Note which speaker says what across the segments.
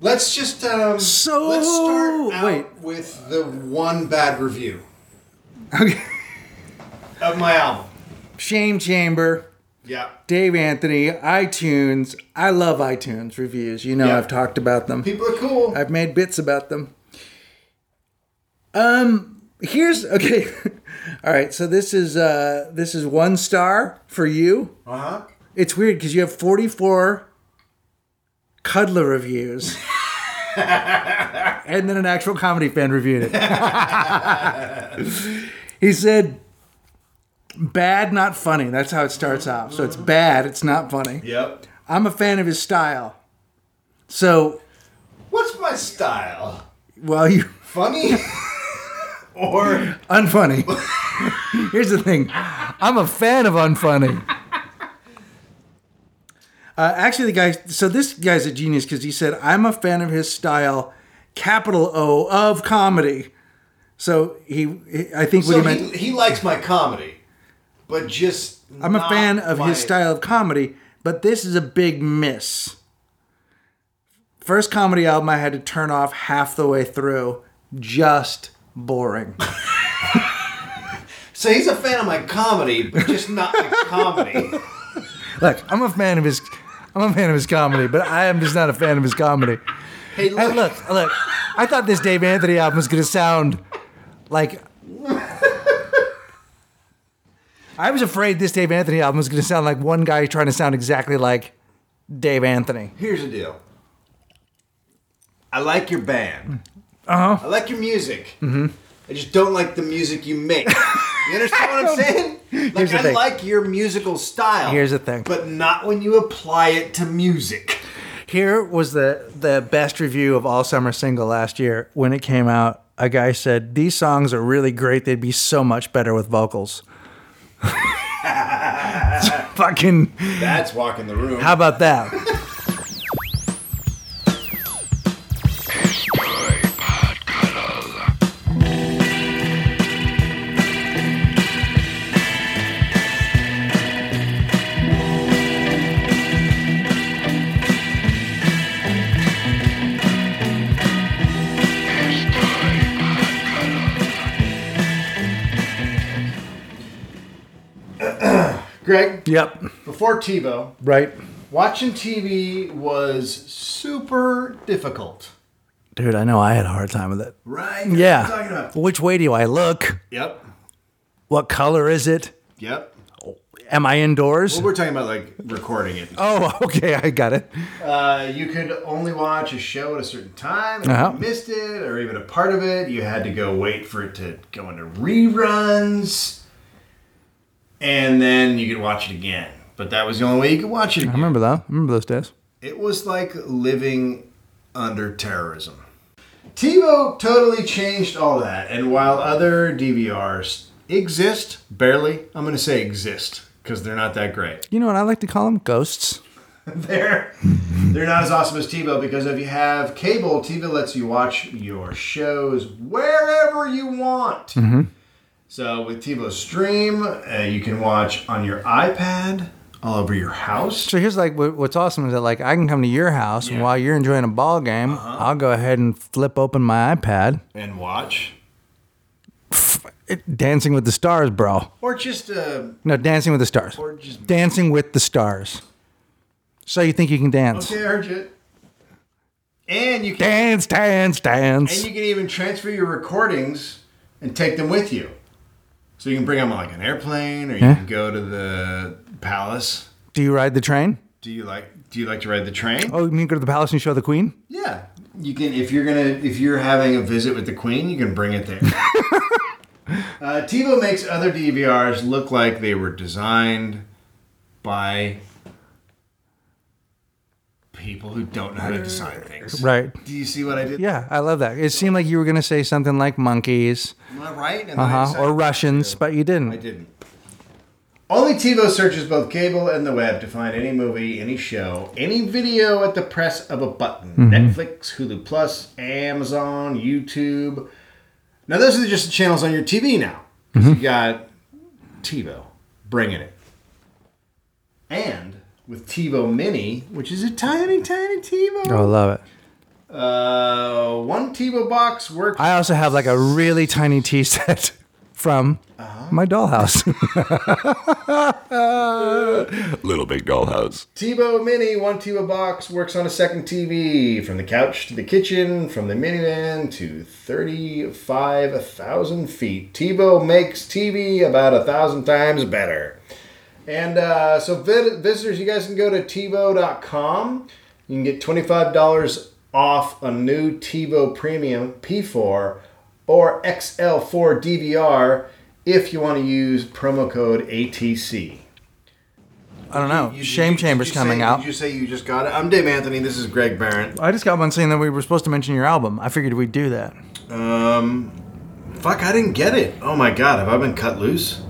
Speaker 1: Let's just um,
Speaker 2: So-
Speaker 1: let's start out
Speaker 2: wait.
Speaker 1: with the one bad review
Speaker 2: Okay.
Speaker 1: of my album.
Speaker 2: Shame Chamber,
Speaker 1: Yeah,
Speaker 2: Dave Anthony, iTunes. I love iTunes reviews. You know,
Speaker 1: Yeah.
Speaker 2: I've talked about them.
Speaker 1: people are cool.
Speaker 2: I've made bits about them. Um, here's okay. All right, so this is uh this is one star for you.
Speaker 1: Uh huh.
Speaker 2: It's weird because you have 44 cuddler reviews. and then an actual comedy fan reviewed it. he said, bad, not funny. That's how it starts off. So it's bad, it's not funny.
Speaker 1: Yep.
Speaker 2: I'm a fan of his style. So,
Speaker 1: What's my style?
Speaker 2: well, you
Speaker 1: Funny or
Speaker 2: unfunny. Here's the thing I'm a fan of unfunny. Uh, actually, the guy, so this guy's a genius because he said, I'm a fan of his style, capital O, of comedy. So he, he- I think what
Speaker 1: so
Speaker 2: he meant,
Speaker 1: he, he likes my comedy, but just
Speaker 2: I'm a
Speaker 1: not
Speaker 2: fan of
Speaker 1: my-
Speaker 2: his style of comedy, but this is a big miss. First comedy album I had to turn off half the way through, just boring.
Speaker 1: So he's a fan of my comedy, but just not my comedy.
Speaker 2: Look, I'm a fan of his. I'm a fan of his comedy, but I am just not a fan of his comedy.
Speaker 1: Hey,
Speaker 2: Hey,
Speaker 1: look,
Speaker 2: look, look. I thought this Dave Anthony album was gonna sound like. I was afraid this Dave Anthony album was gonna sound like one guy trying to sound exactly like Dave Anthony.
Speaker 1: here's the deal. I like your band.
Speaker 2: Uh huh.
Speaker 1: I like your music. Mm-hmm. I just don't like the music you make. You understand what I'm saying? Like
Speaker 2: Here's the
Speaker 1: I
Speaker 2: thing.
Speaker 1: like your musical style.
Speaker 2: Here's the thing.
Speaker 1: But not when you apply it to music.
Speaker 2: Here was the the best review of all summer single last year when it came out. A guy said these songs are really great. They'd be so much better with vocals. fucking.
Speaker 1: That's walking the room.
Speaker 2: How about that?
Speaker 1: Greg,
Speaker 2: yep.
Speaker 1: before TiVo,
Speaker 2: Right.
Speaker 1: watching TV was super difficult.
Speaker 2: Dude, I know I had a hard time with it.
Speaker 1: Right?
Speaker 2: Yeah.
Speaker 1: What I'm talking about.
Speaker 2: Which way do I look?
Speaker 1: Yep.
Speaker 2: What color is it?
Speaker 1: Yep.
Speaker 2: Am I indoors?
Speaker 1: Well, we're talking about like recording it.
Speaker 2: Oh, okay, I got it.
Speaker 1: Uh, you could only watch a show at a certain time. and
Speaker 2: Uh-huh.
Speaker 1: If you missed it or even a part of it, you had to go wait for it to go into reruns. And then you could watch it again. But that was the only way you could watch it
Speaker 2: I
Speaker 1: again.
Speaker 2: remember that. I remember those days.
Speaker 1: It was like living under terrorism. TiVo totally changed all that, and while other DVRs exist, barely, I'm going to say exist because they're not that great.
Speaker 2: You know what I like to call them? Ghosts.
Speaker 1: They're they're not as awesome as TiVo because if you have cable, TiVo lets you watch your shows wherever you want. So with TiVo Stream, uh, you can watch on your iPad, all over your house.
Speaker 2: So here's like what- what's awesome is that like I can come to your house and while you're enjoying a ball game, I'll go ahead and flip open my iPad.
Speaker 1: and watch.
Speaker 2: It- Dancing with the Stars, bro.
Speaker 1: Or just uh,
Speaker 2: No, Dancing with the Stars.
Speaker 1: or just
Speaker 2: Dancing with the Stars. So you think you can dance?
Speaker 1: okay, I heard you. And you can
Speaker 2: Dance, dance,
Speaker 1: and
Speaker 2: dance.
Speaker 1: you can even transfer your recordings and take them with you. So you can bring them on like an airplane, or you
Speaker 2: Yeah.
Speaker 1: can go to the palace.
Speaker 2: Do you ride the train?
Speaker 1: Do you like Do you like to ride the train?
Speaker 2: Oh, you mean go to the palace and show the queen?
Speaker 1: Yeah, you can. If you're gonna, if you're having a visit with the queen, you can bring it there. uh, TiVo makes other DVRs look like they were designed by people who don't know how to design things.
Speaker 2: Right.
Speaker 1: Do you see what I did?
Speaker 2: Yeah, I love that. It seemed like you were going to say something like monkeys
Speaker 1: Am I right? And then I
Speaker 2: uh-huh,
Speaker 1: decided-
Speaker 2: or Russians, but you
Speaker 1: I
Speaker 2: didn't.
Speaker 1: didn't. Only TiVo searches both cable and the web to find any movie, any show, any video at the press of a button. Netflix, Hulu Plus, Amazon, YouTube. Now those are just the channels on your TV now. 'Cause You got TiVo bringing it, and with TiVo Mini, which is a tiny, tiny TiVo.
Speaker 2: Oh, I love it.
Speaker 1: Uh, one TiVo box worked.
Speaker 2: I also have like a really tiny tea set from
Speaker 1: Uh-huh.
Speaker 2: my dollhouse. Little Big Dollhouse.
Speaker 1: TiVo Mini, one TiVo box works on a second TV. From the couch to the kitchen, from the minivan to 35,000 feet. TiVo makes TV about a thousand times better. And uh, so, vid- visitors, you guys can go to TiVo.com. You can get $25 off a new TiVo Premium P4 or XL4 DVR if you want to use promo code ATC.
Speaker 2: I don't know.
Speaker 1: You-
Speaker 2: Shame
Speaker 1: you-
Speaker 2: Chamber's
Speaker 1: you
Speaker 2: coming
Speaker 1: say,
Speaker 2: out.
Speaker 1: Did you say you just got it? I'm Dave Anthony. This is Greg Barron.
Speaker 2: I just got one saying that we were supposed to mention your album. I figured we'd do that.
Speaker 1: Um, fuck, I didn't get it. Oh my god, have I been cut loose?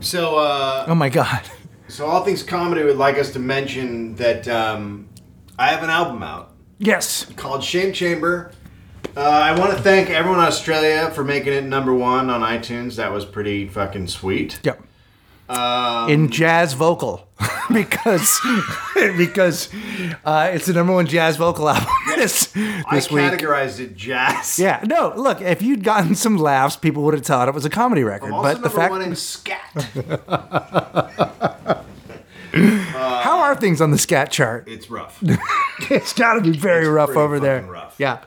Speaker 1: So, uh,
Speaker 2: Oh my god.
Speaker 1: so all things comedy would like us to mention that um, I have an album out
Speaker 2: Yes.
Speaker 1: called Shame Chamber. Uh, I want to thank everyone in Australia for making it number one on iTunes. That was pretty fucking sweet.
Speaker 2: Yep.
Speaker 1: Um,
Speaker 2: in jazz vocal because because uh, it's the number one jazz vocal album this, this
Speaker 1: I
Speaker 2: week.
Speaker 1: categorized it jazz.
Speaker 2: yeah, no, look, if you'd gotten some laughs, people would have thought it was a comedy record.
Speaker 1: Also
Speaker 2: But the
Speaker 1: number
Speaker 2: fact,
Speaker 1: one in scat.
Speaker 2: how are things on the scat chart?
Speaker 1: it's rough.
Speaker 2: It's got to be very
Speaker 1: It's
Speaker 2: rough
Speaker 1: pretty
Speaker 2: over there.
Speaker 1: fucking rough.
Speaker 2: Yeah.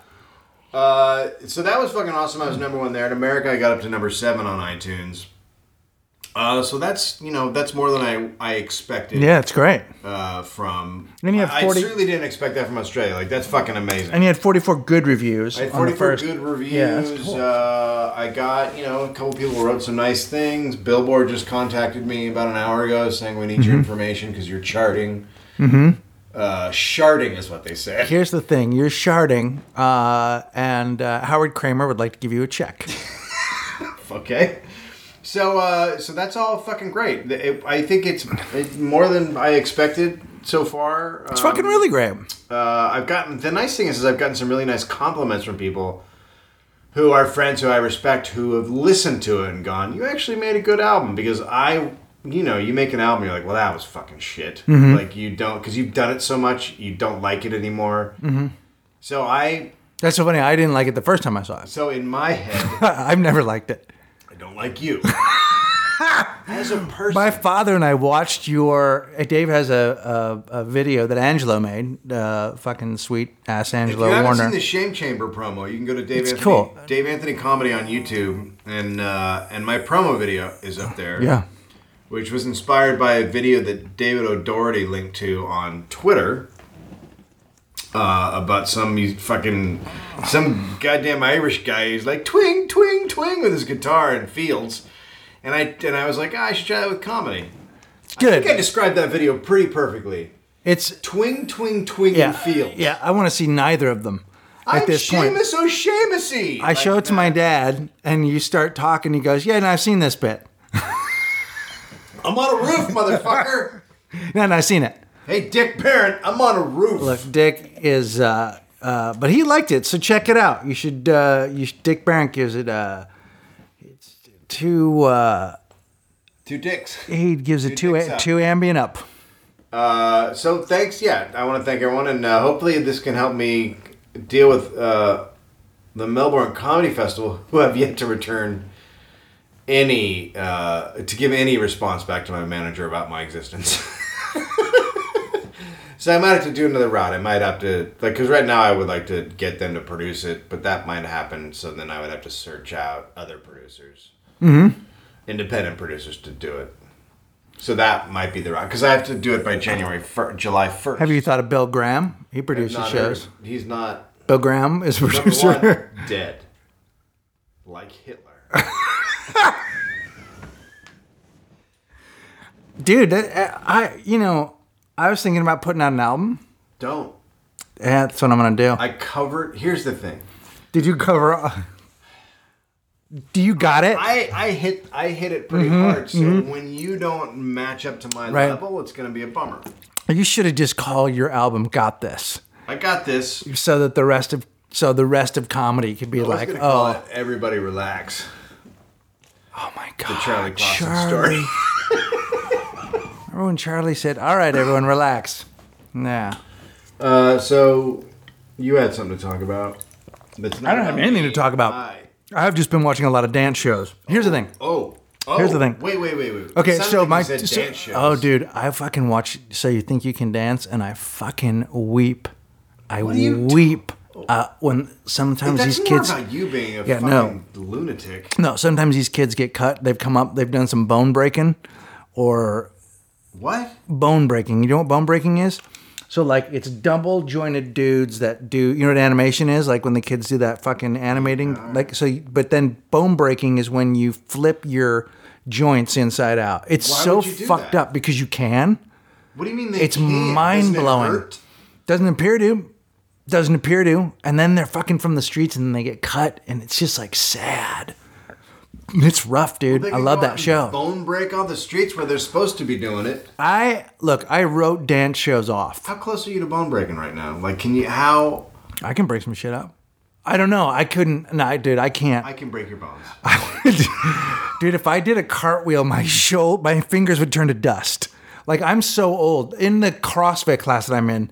Speaker 1: Uh, so that was fucking awesome. I was number one there. In America, I got up to number seven on iTunes. Uh, so that's you know that's more than I I expected.
Speaker 2: Yeah, it's great.
Speaker 1: Uh, from
Speaker 2: Then you have
Speaker 1: I-
Speaker 2: 40
Speaker 1: I certainly didn't expect that from Australia. Like that's fucking amazing.
Speaker 2: And you had 44 good reviews.
Speaker 1: I had
Speaker 2: on the
Speaker 1: 44
Speaker 2: first.
Speaker 1: good reviews.
Speaker 2: Yeah, that's cool.
Speaker 1: uh, I got, you know, a couple people wrote some nice things. Billboard just contacted me about an hour ago saying we need
Speaker 2: Mm-hmm.
Speaker 1: your information because you're charting. Mm-hmm. Uh, sharding is what they say.
Speaker 2: Here's the thing you're sharding, uh, and uh, Howard Kramer would like to give you a check.
Speaker 1: Okay. So uh, so that's all fucking great. The- it- I think it's it, more than I expected so far.
Speaker 2: It's fucking really great.
Speaker 1: Uh, I've gotten the nice thing is, is I've gotten some really nice compliments from people who are friends who I respect who have listened to it and gone, "You actually made a good album." Because I, you know, you make an album, you're like, "Well, that was fucking shit."
Speaker 2: Mm-hmm.
Speaker 1: Like you don't because you've done it so much, you don't like it anymore.
Speaker 2: Mm-hmm.
Speaker 1: So I
Speaker 2: That's so funny. I didn't like it the first time I saw it.
Speaker 1: so in my head,
Speaker 2: I've never liked it.
Speaker 1: I don't like you. As a person,
Speaker 2: My father and I watched your. uh, Dave has a, a, a video that Angelo made. Uh, fucking sweet ass
Speaker 1: If
Speaker 2: Angelo
Speaker 1: you haven't
Speaker 2: Warner.
Speaker 1: seen the Shame Chamber promo, you can go to Dave
Speaker 2: It's
Speaker 1: Anthony
Speaker 2: cool.
Speaker 1: Dave Anthony Comedy on YouTube, and uh, and my promo video is up there.
Speaker 2: yeah,
Speaker 1: which was inspired by a video that David O'Doherty linked to on Twitter uh, about some mu- fucking some goddamn Irish guy who's like twing twing twing with his guitar in Fields, and I and I was like, "Ah, I should try that with comedy.
Speaker 2: it's
Speaker 1: I think I
Speaker 2: good.
Speaker 1: described that video pretty perfectly.
Speaker 2: It's
Speaker 1: Twing twing twing
Speaker 2: yeah,
Speaker 1: in Fields.
Speaker 2: yeah. I want to see neither of them at
Speaker 1: I'm
Speaker 2: this point.
Speaker 1: Seamus O'Shamusy.
Speaker 2: I show it to my dad, and you start talking. He goes, "Yeah, and I've seen this bit.
Speaker 1: I'm on a roof, motherfucker.
Speaker 2: No, and I've seen it."
Speaker 1: hey, Dick Parent, I'm on a roof.
Speaker 2: Look, Dick is, uh, uh, but he liked it, so check it out. You should. Uh, you should, Dick Barron gives it. Uh, it's two. Uh,
Speaker 1: Two dicks.
Speaker 2: he gives it two.
Speaker 1: dicks
Speaker 2: a-
Speaker 1: up.
Speaker 2: Two ambient up.
Speaker 1: Uh, so thanks. Yeah, I want to thank everyone, and uh, hopefully this can help me deal with uh, the Melbourne Comedy Festival, who have yet to return any uh, to give any response back to my manager about my existence. so I might have to do another route. I might have to like because right now I would like to get them to produce it, but that might happen. So then I would have to search out other producers, mm-hmm. independent producers, to do it. So that might be the route because I have to do it by January fir- July first.
Speaker 2: Have you thought of Bill Graham? He
Speaker 1: Not
Speaker 2: produces
Speaker 1: heard-
Speaker 2: shows.
Speaker 1: He's not
Speaker 2: Bill Graham is a
Speaker 1: number
Speaker 2: producer.
Speaker 1: one dead, like Hitler.
Speaker 2: Dude, that, I you know I was thinking about putting out an album.
Speaker 1: Don't.
Speaker 2: Yeah, that's what I'm gonna do.
Speaker 1: I covered. Here's the thing.
Speaker 2: Did you cover? Do you got it?
Speaker 1: I, I hit I hit it pretty hard. So when you don't match up to my
Speaker 2: Mm-hmm, Right.
Speaker 1: level, it's gonna be a bummer.
Speaker 2: you should have just called your album "Got This,"
Speaker 1: I got this.
Speaker 2: so that the rest of so the rest of comedy could be
Speaker 1: I was
Speaker 2: like,
Speaker 1: gonna call
Speaker 2: oh,
Speaker 1: it "Everybody Relax."
Speaker 2: oh my god,
Speaker 1: Charlie Clausen
Speaker 2: Charlie.
Speaker 1: story.
Speaker 2: Remember when Charlie said, "All right, everyone, relax." Nah.
Speaker 1: Uh, so You had something to talk about. That's not
Speaker 2: I don't have
Speaker 1: about
Speaker 2: anything
Speaker 1: me.
Speaker 2: to talk about.
Speaker 1: I-
Speaker 2: I've just been watching a lot of dance shows. Here's the thing.
Speaker 1: oh, oh.
Speaker 2: Here's the thing.
Speaker 1: Wait, wait, wait, wait.
Speaker 2: Okay,
Speaker 1: Sounded
Speaker 2: so
Speaker 1: like
Speaker 2: my
Speaker 1: you said
Speaker 2: so-
Speaker 1: dance shows.
Speaker 2: oh, dude, I fucking watch. So you think you can dance, and I fucking weep. I
Speaker 1: do you t-
Speaker 2: weep uh, when sometimes
Speaker 1: That's
Speaker 2: these
Speaker 1: more
Speaker 2: kids.
Speaker 1: about you being a
Speaker 2: Yeah, no.
Speaker 1: fucking lunatic.
Speaker 2: No, sometimes these kids get cut. They've come up. They've done some bone breaking, or
Speaker 1: What?
Speaker 2: bone breaking. You know what bone breaking is? So like it's double jointed dudes that do you know what animation is like when the kids do that fucking animating like so you- but then bone breaking is when you flip your joints inside out. It's
Speaker 1: Why
Speaker 2: so
Speaker 1: would you do
Speaker 2: fucked
Speaker 1: that?
Speaker 2: up because you can.
Speaker 1: What do you mean they
Speaker 2: It's
Speaker 1: can't? Doesn't it
Speaker 2: mind blowing.
Speaker 1: hurt?
Speaker 2: Doesn't appear to. Doesn't appear to. And then they're fucking from the streets and then they get cut and it's just like sad. It's rough, dude.
Speaker 1: They
Speaker 2: I
Speaker 1: could
Speaker 2: love
Speaker 1: go out
Speaker 2: that
Speaker 1: and
Speaker 2: show.
Speaker 1: Bone break on the streets where they're supposed to be doing it.
Speaker 2: I look, I wrote dance shows off.
Speaker 1: How close are you to bone breaking right now? Like, can you? How
Speaker 2: I can break some shit up. I don't know. I couldn't. No, I- dude, I can't.
Speaker 1: I can break your bones?
Speaker 2: dude, if I did a cartwheel, my shoulder, my fingers would turn to dust. Like I'm so old. In the CrossFit class that I'm in,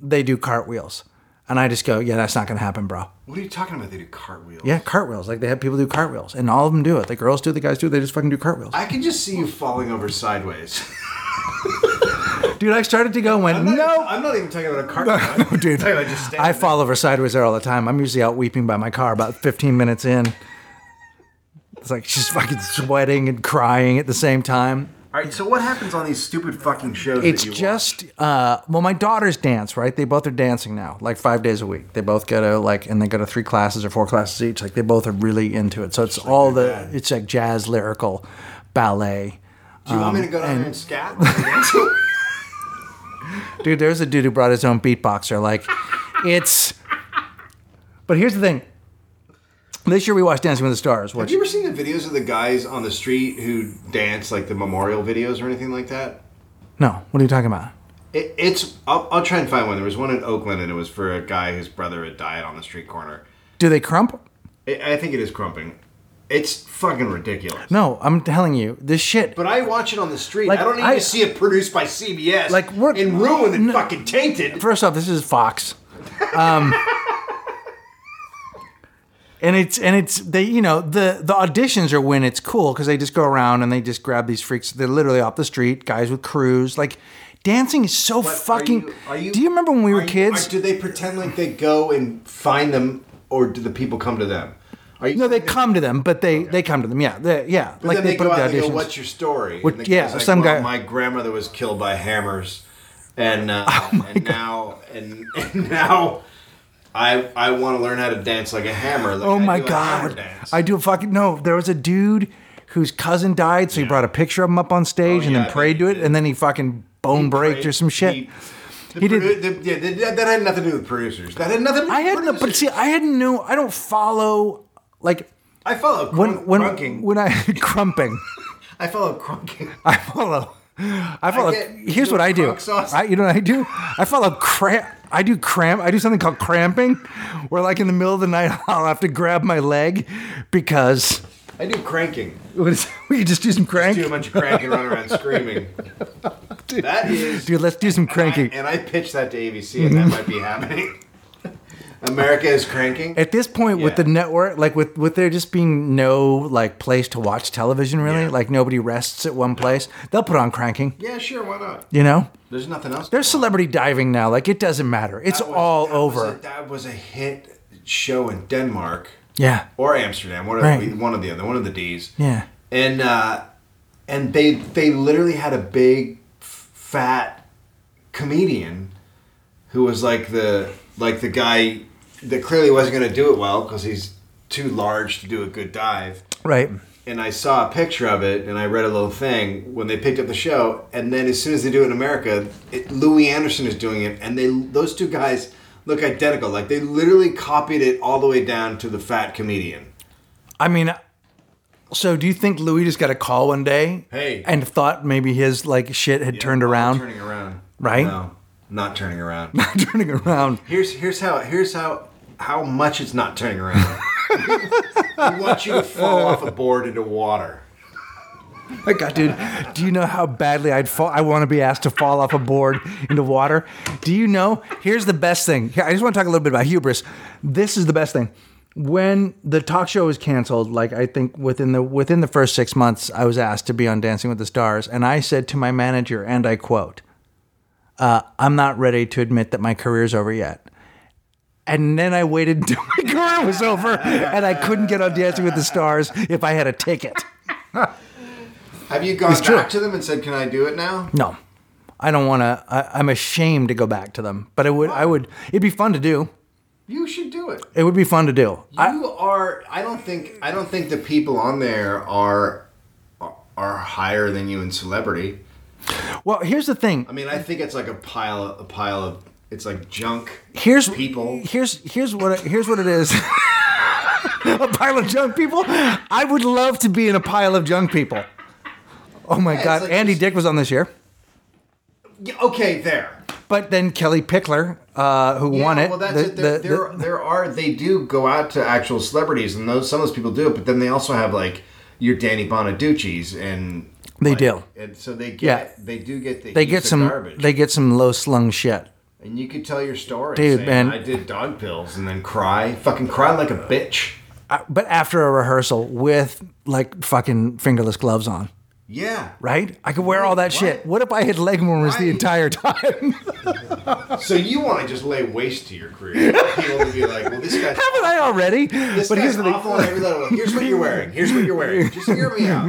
Speaker 2: they do cartwheels, and I just go, "Yeah, that's not gonna happen, bro."
Speaker 1: What are you talking about? They do cartwheels.
Speaker 2: Yeah, cartwheels. Like they have people do cartwheels, and all of them do it. The girls do, it, the guys do. it. They just fucking do cartwheels.
Speaker 1: I can just see you falling over sideways.
Speaker 2: Dude, I started to go and went,
Speaker 1: I'm not-
Speaker 2: "No."
Speaker 1: I'm not even talking about a cartwheel.
Speaker 2: Oh, dude,
Speaker 1: I'm talking about just standing
Speaker 2: I fall over sideways there all the time. I'm usually out weeping by my car about 15 minutes in. It's like she's fucking sweating and crying at the same time.
Speaker 1: All right, so what happens on these stupid fucking shows? that
Speaker 2: It's
Speaker 1: you watch?
Speaker 2: just uh, well, my daughters dance, right? They both are dancing now, like five days a week. They both go to like, and they go to three classes or four classes each. Like they both are really into it. So it's all the it's like jazz, lyrical, ballet.
Speaker 1: Do you want me
Speaker 2: um,
Speaker 1: to go down there and scat? while you're dancing?
Speaker 2: Dude, there's a dude who brought his own beatboxer. Like, it's. But here's the thing. This year we watched Dancing with the Stars,
Speaker 1: Have
Speaker 2: which
Speaker 1: you ever seen the videos of the guys on the street who dance, like the memorial videos or anything like that?
Speaker 2: no, what are you talking about?
Speaker 1: It, it's. I'll, I'll try and find one. There was one in Oakland, and it was for a guy whose brother had died on the street corner.
Speaker 2: Do they crump?
Speaker 1: It, I think it is crumping. It's fucking ridiculous.
Speaker 2: No, I'm telling you, this shit.
Speaker 1: But I watch it on the street.
Speaker 2: Like,
Speaker 1: I don't need
Speaker 2: I-
Speaker 1: to see it produced by CBS
Speaker 2: Like, we're-
Speaker 1: and ruined and
Speaker 2: No.
Speaker 1: fucking tainted.
Speaker 2: First off, this is Fox. Um, and it's and it's they you know the the auditions are when it's cool because they just go around and they just grab these freaks. They're literally off the street, guys with crews. Like dancing is so
Speaker 1: But are
Speaker 2: fucking.
Speaker 1: you- are you-
Speaker 2: do you remember when we
Speaker 1: are
Speaker 2: were
Speaker 1: you-
Speaker 2: kids?
Speaker 1: are- do they pretend like they go and find them, or do the people come to them? Are you,
Speaker 2: No, they come to them, but they they come to them. Yeah, they, yeah.
Speaker 1: But
Speaker 2: like
Speaker 1: then
Speaker 2: they,
Speaker 1: they,
Speaker 2: put
Speaker 1: go
Speaker 2: up
Speaker 1: out and
Speaker 2: the
Speaker 1: they
Speaker 2: auditions.
Speaker 1: go, "What's your story?"
Speaker 2: What-
Speaker 1: And the
Speaker 2: yeah,
Speaker 1: kid's
Speaker 2: some
Speaker 1: "Well,
Speaker 2: guy-
Speaker 1: My grandmother was killed by hammers, and uh,
Speaker 2: Oh
Speaker 1: and now and, and now. I, I want to learn how to dance like a hammer. Like
Speaker 2: oh
Speaker 1: I
Speaker 2: my
Speaker 1: do a hammer
Speaker 2: god!
Speaker 1: dance."
Speaker 2: I do a fucking no. There was a dude whose cousin died, so he brought a picture of him up on stage
Speaker 1: Oh,
Speaker 2: and
Speaker 1: yeah, I
Speaker 2: then
Speaker 1: bet
Speaker 2: prayed
Speaker 1: he
Speaker 2: to it,
Speaker 1: did.
Speaker 2: and then he fucking bone braked or some shit.
Speaker 1: He, the
Speaker 2: He did-
Speaker 1: produ- the- yeah, that- that had nothing to do with producers. That had nothing. To do
Speaker 2: I
Speaker 1: with
Speaker 2: hadn't, but
Speaker 1: producers.
Speaker 2: see, I hadn't knew. I don't follow like
Speaker 1: I follow
Speaker 2: when
Speaker 1: crunk,
Speaker 2: when
Speaker 1: crunking.
Speaker 2: when I crumping.
Speaker 1: I follow crunking.
Speaker 2: I follow. I follow.
Speaker 1: get-
Speaker 2: here's what I do.
Speaker 1: Crock sauce.
Speaker 2: I, you know what I do? I follow cramp. I do cramp. I do something called cramping, where like in the middle of the night I'll have to grab my leg because
Speaker 1: I do cranking.
Speaker 2: what is, we could just do some crank.
Speaker 1: do a bunch of cranking, run around screaming. That is.
Speaker 2: Dude, let's do some cranking.
Speaker 1: And I pitched that to ABC, and that might be happening. America is cranking.
Speaker 2: At this point, with
Speaker 1: Yeah.
Speaker 2: the network, like with with there just being no like place to watch television, really,
Speaker 1: Yeah.
Speaker 2: like nobody rests at one place. They'll put on cranking.
Speaker 1: yeah, sure, why not?
Speaker 2: You know,
Speaker 1: There's nothing else.
Speaker 2: there's
Speaker 1: going on.
Speaker 2: celebrity diving now. Like it doesn't matter. It's
Speaker 1: That was-
Speaker 2: all
Speaker 1: that was
Speaker 2: over.
Speaker 1: a- that was a hit show in Denmark
Speaker 2: yeah,
Speaker 1: or Amsterdam, whatever,
Speaker 2: Right.
Speaker 1: one of the other, one of the D's.
Speaker 2: yeah.
Speaker 1: and uh, and they they literally had a big f- fat comedian who was like the like the guy that clearly wasn't going to do it well because he's too large to do a good dive
Speaker 2: Right.
Speaker 1: and i saw a picture of it and i read a little thing when they picked up the show and then as soon as they do it in america it, louis anderson is doing it and they those two guys look identical like they literally copied it all the way down to the fat comedian
Speaker 2: I mean, so do you think Louis just got a call one day?
Speaker 1: Hey.
Speaker 2: And thought maybe his like shit had turned
Speaker 1: Not
Speaker 2: around,
Speaker 1: turning around
Speaker 2: Right?
Speaker 1: no not turning around
Speaker 2: turning around.
Speaker 1: Here's here's how here's how how much it's not turning around. we want you to fall off a board into water.
Speaker 2: Like, God, dude, do you know how badly I'd fall? I want to be asked to fall off a board into water. Do you know? Here's the best thing. Here, I just want to talk a little bit about hubris. This is the best thing. When the talk show was canceled, like I think within the within the first six months, I was asked to be on Dancing with the Stars, and I said to my manager, and I quote, uh, "I'm not ready to admit that my career's over yet." And then I waited until my career was over, and I couldn't get on Dancing with the Stars if I had a ticket.
Speaker 1: Have you gone back to them and said, "Can I do it now?"
Speaker 2: No, I don't want to. I'm ashamed to go back to them, but I would. I would. It'd be fun to do.
Speaker 1: You should do it.
Speaker 2: It would be fun to do. I,
Speaker 1: you are. I don't think. I don't think the people on there are are- are higher than you in celebrity.
Speaker 2: well, here's the thing.
Speaker 1: I mean, I think it's like a pile of a pile of. It's like junk.
Speaker 2: Here's
Speaker 1: people.
Speaker 2: Here's here's what here's what it is. a pile of junk people. I would love to be in a pile of junk people. Oh my
Speaker 1: it's
Speaker 2: God!
Speaker 1: like
Speaker 2: Andy
Speaker 1: just-
Speaker 2: Dick was on this year,
Speaker 1: Yeah, Okay, there.
Speaker 2: but then Kelly Pickler, uh, who won
Speaker 1: Yeah,
Speaker 2: it.
Speaker 1: Well, that's
Speaker 2: the-
Speaker 1: it. There,
Speaker 2: the- the-
Speaker 1: there, there are they do go out to actual celebrities, and those some of those people do it. But then they also have like your Danny Bonaducci's, and
Speaker 2: They
Speaker 1: like-
Speaker 2: do.
Speaker 1: and so they
Speaker 2: Yeah.
Speaker 1: get they do get the
Speaker 2: they get some
Speaker 1: garbage,
Speaker 2: they get some low slung shit.
Speaker 1: and you could tell your story,
Speaker 2: Dude,
Speaker 1: saying,
Speaker 2: man.
Speaker 1: I did dog pills, and then cry, fucking cry like a bitch.
Speaker 2: Uh, But after a rehearsal with like fucking fingerless gloves on.
Speaker 1: Yeah.
Speaker 2: right? I could wear all that
Speaker 1: Right.
Speaker 2: shit. What if I had leg warmers the
Speaker 1: Right.
Speaker 2: entire time?
Speaker 1: So you want to just lay waste to your career? People will be like, well, this guy's
Speaker 2: Haven't I already?
Speaker 1: This
Speaker 2: but here's the
Speaker 1: awful on
Speaker 2: thing.
Speaker 1: every level. Here's what you're wearing. Here's what you're wearing. Just hear me out.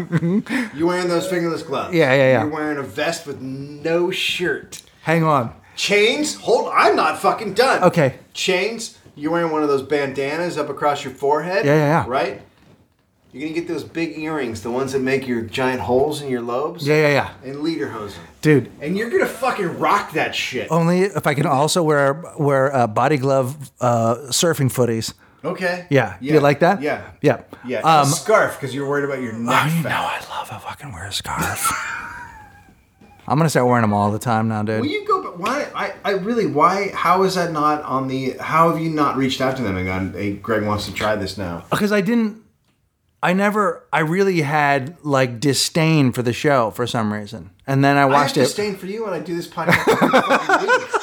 Speaker 1: You're wearing those fingerless gloves.
Speaker 2: Yeah, yeah, yeah.
Speaker 1: You're wearing a vest with no shirt.
Speaker 2: Hang on.
Speaker 1: Chains. Hold. I'm not fucking done.
Speaker 2: Okay.
Speaker 1: Chains. You're wearing one of those bandanas up across your forehead.
Speaker 2: Yeah, yeah, yeah.
Speaker 1: Right. You're gonna get those big earrings, the ones that make your giant holes in your lobes.
Speaker 2: Yeah, yeah, yeah.
Speaker 1: And lederhosen.
Speaker 2: Dude,
Speaker 1: And you're gonna fucking rock that shit.
Speaker 2: only if I can also wear wear uh, body glove uh, surfing footies.
Speaker 1: Okay.
Speaker 2: Yeah. You like that?
Speaker 1: Yeah.
Speaker 2: Yeah.
Speaker 1: Yeah.
Speaker 2: Um,
Speaker 1: a scarf because you're worried about your neck.
Speaker 2: oh, you
Speaker 1: fat.
Speaker 2: know I love if I can wear a scarf. I'm gonna start wearing them all the time now, dude.
Speaker 1: Will you go? But why? I, I really. Why? How is that not on the? How have you not reached out to them and gone? Hey, Greg wants to try this now.
Speaker 2: because I didn't. I never. I really had like disdain for the show for some reason, and then I
Speaker 1: I have
Speaker 2: watched it.
Speaker 1: disdain for you when I do this podcast. every fucking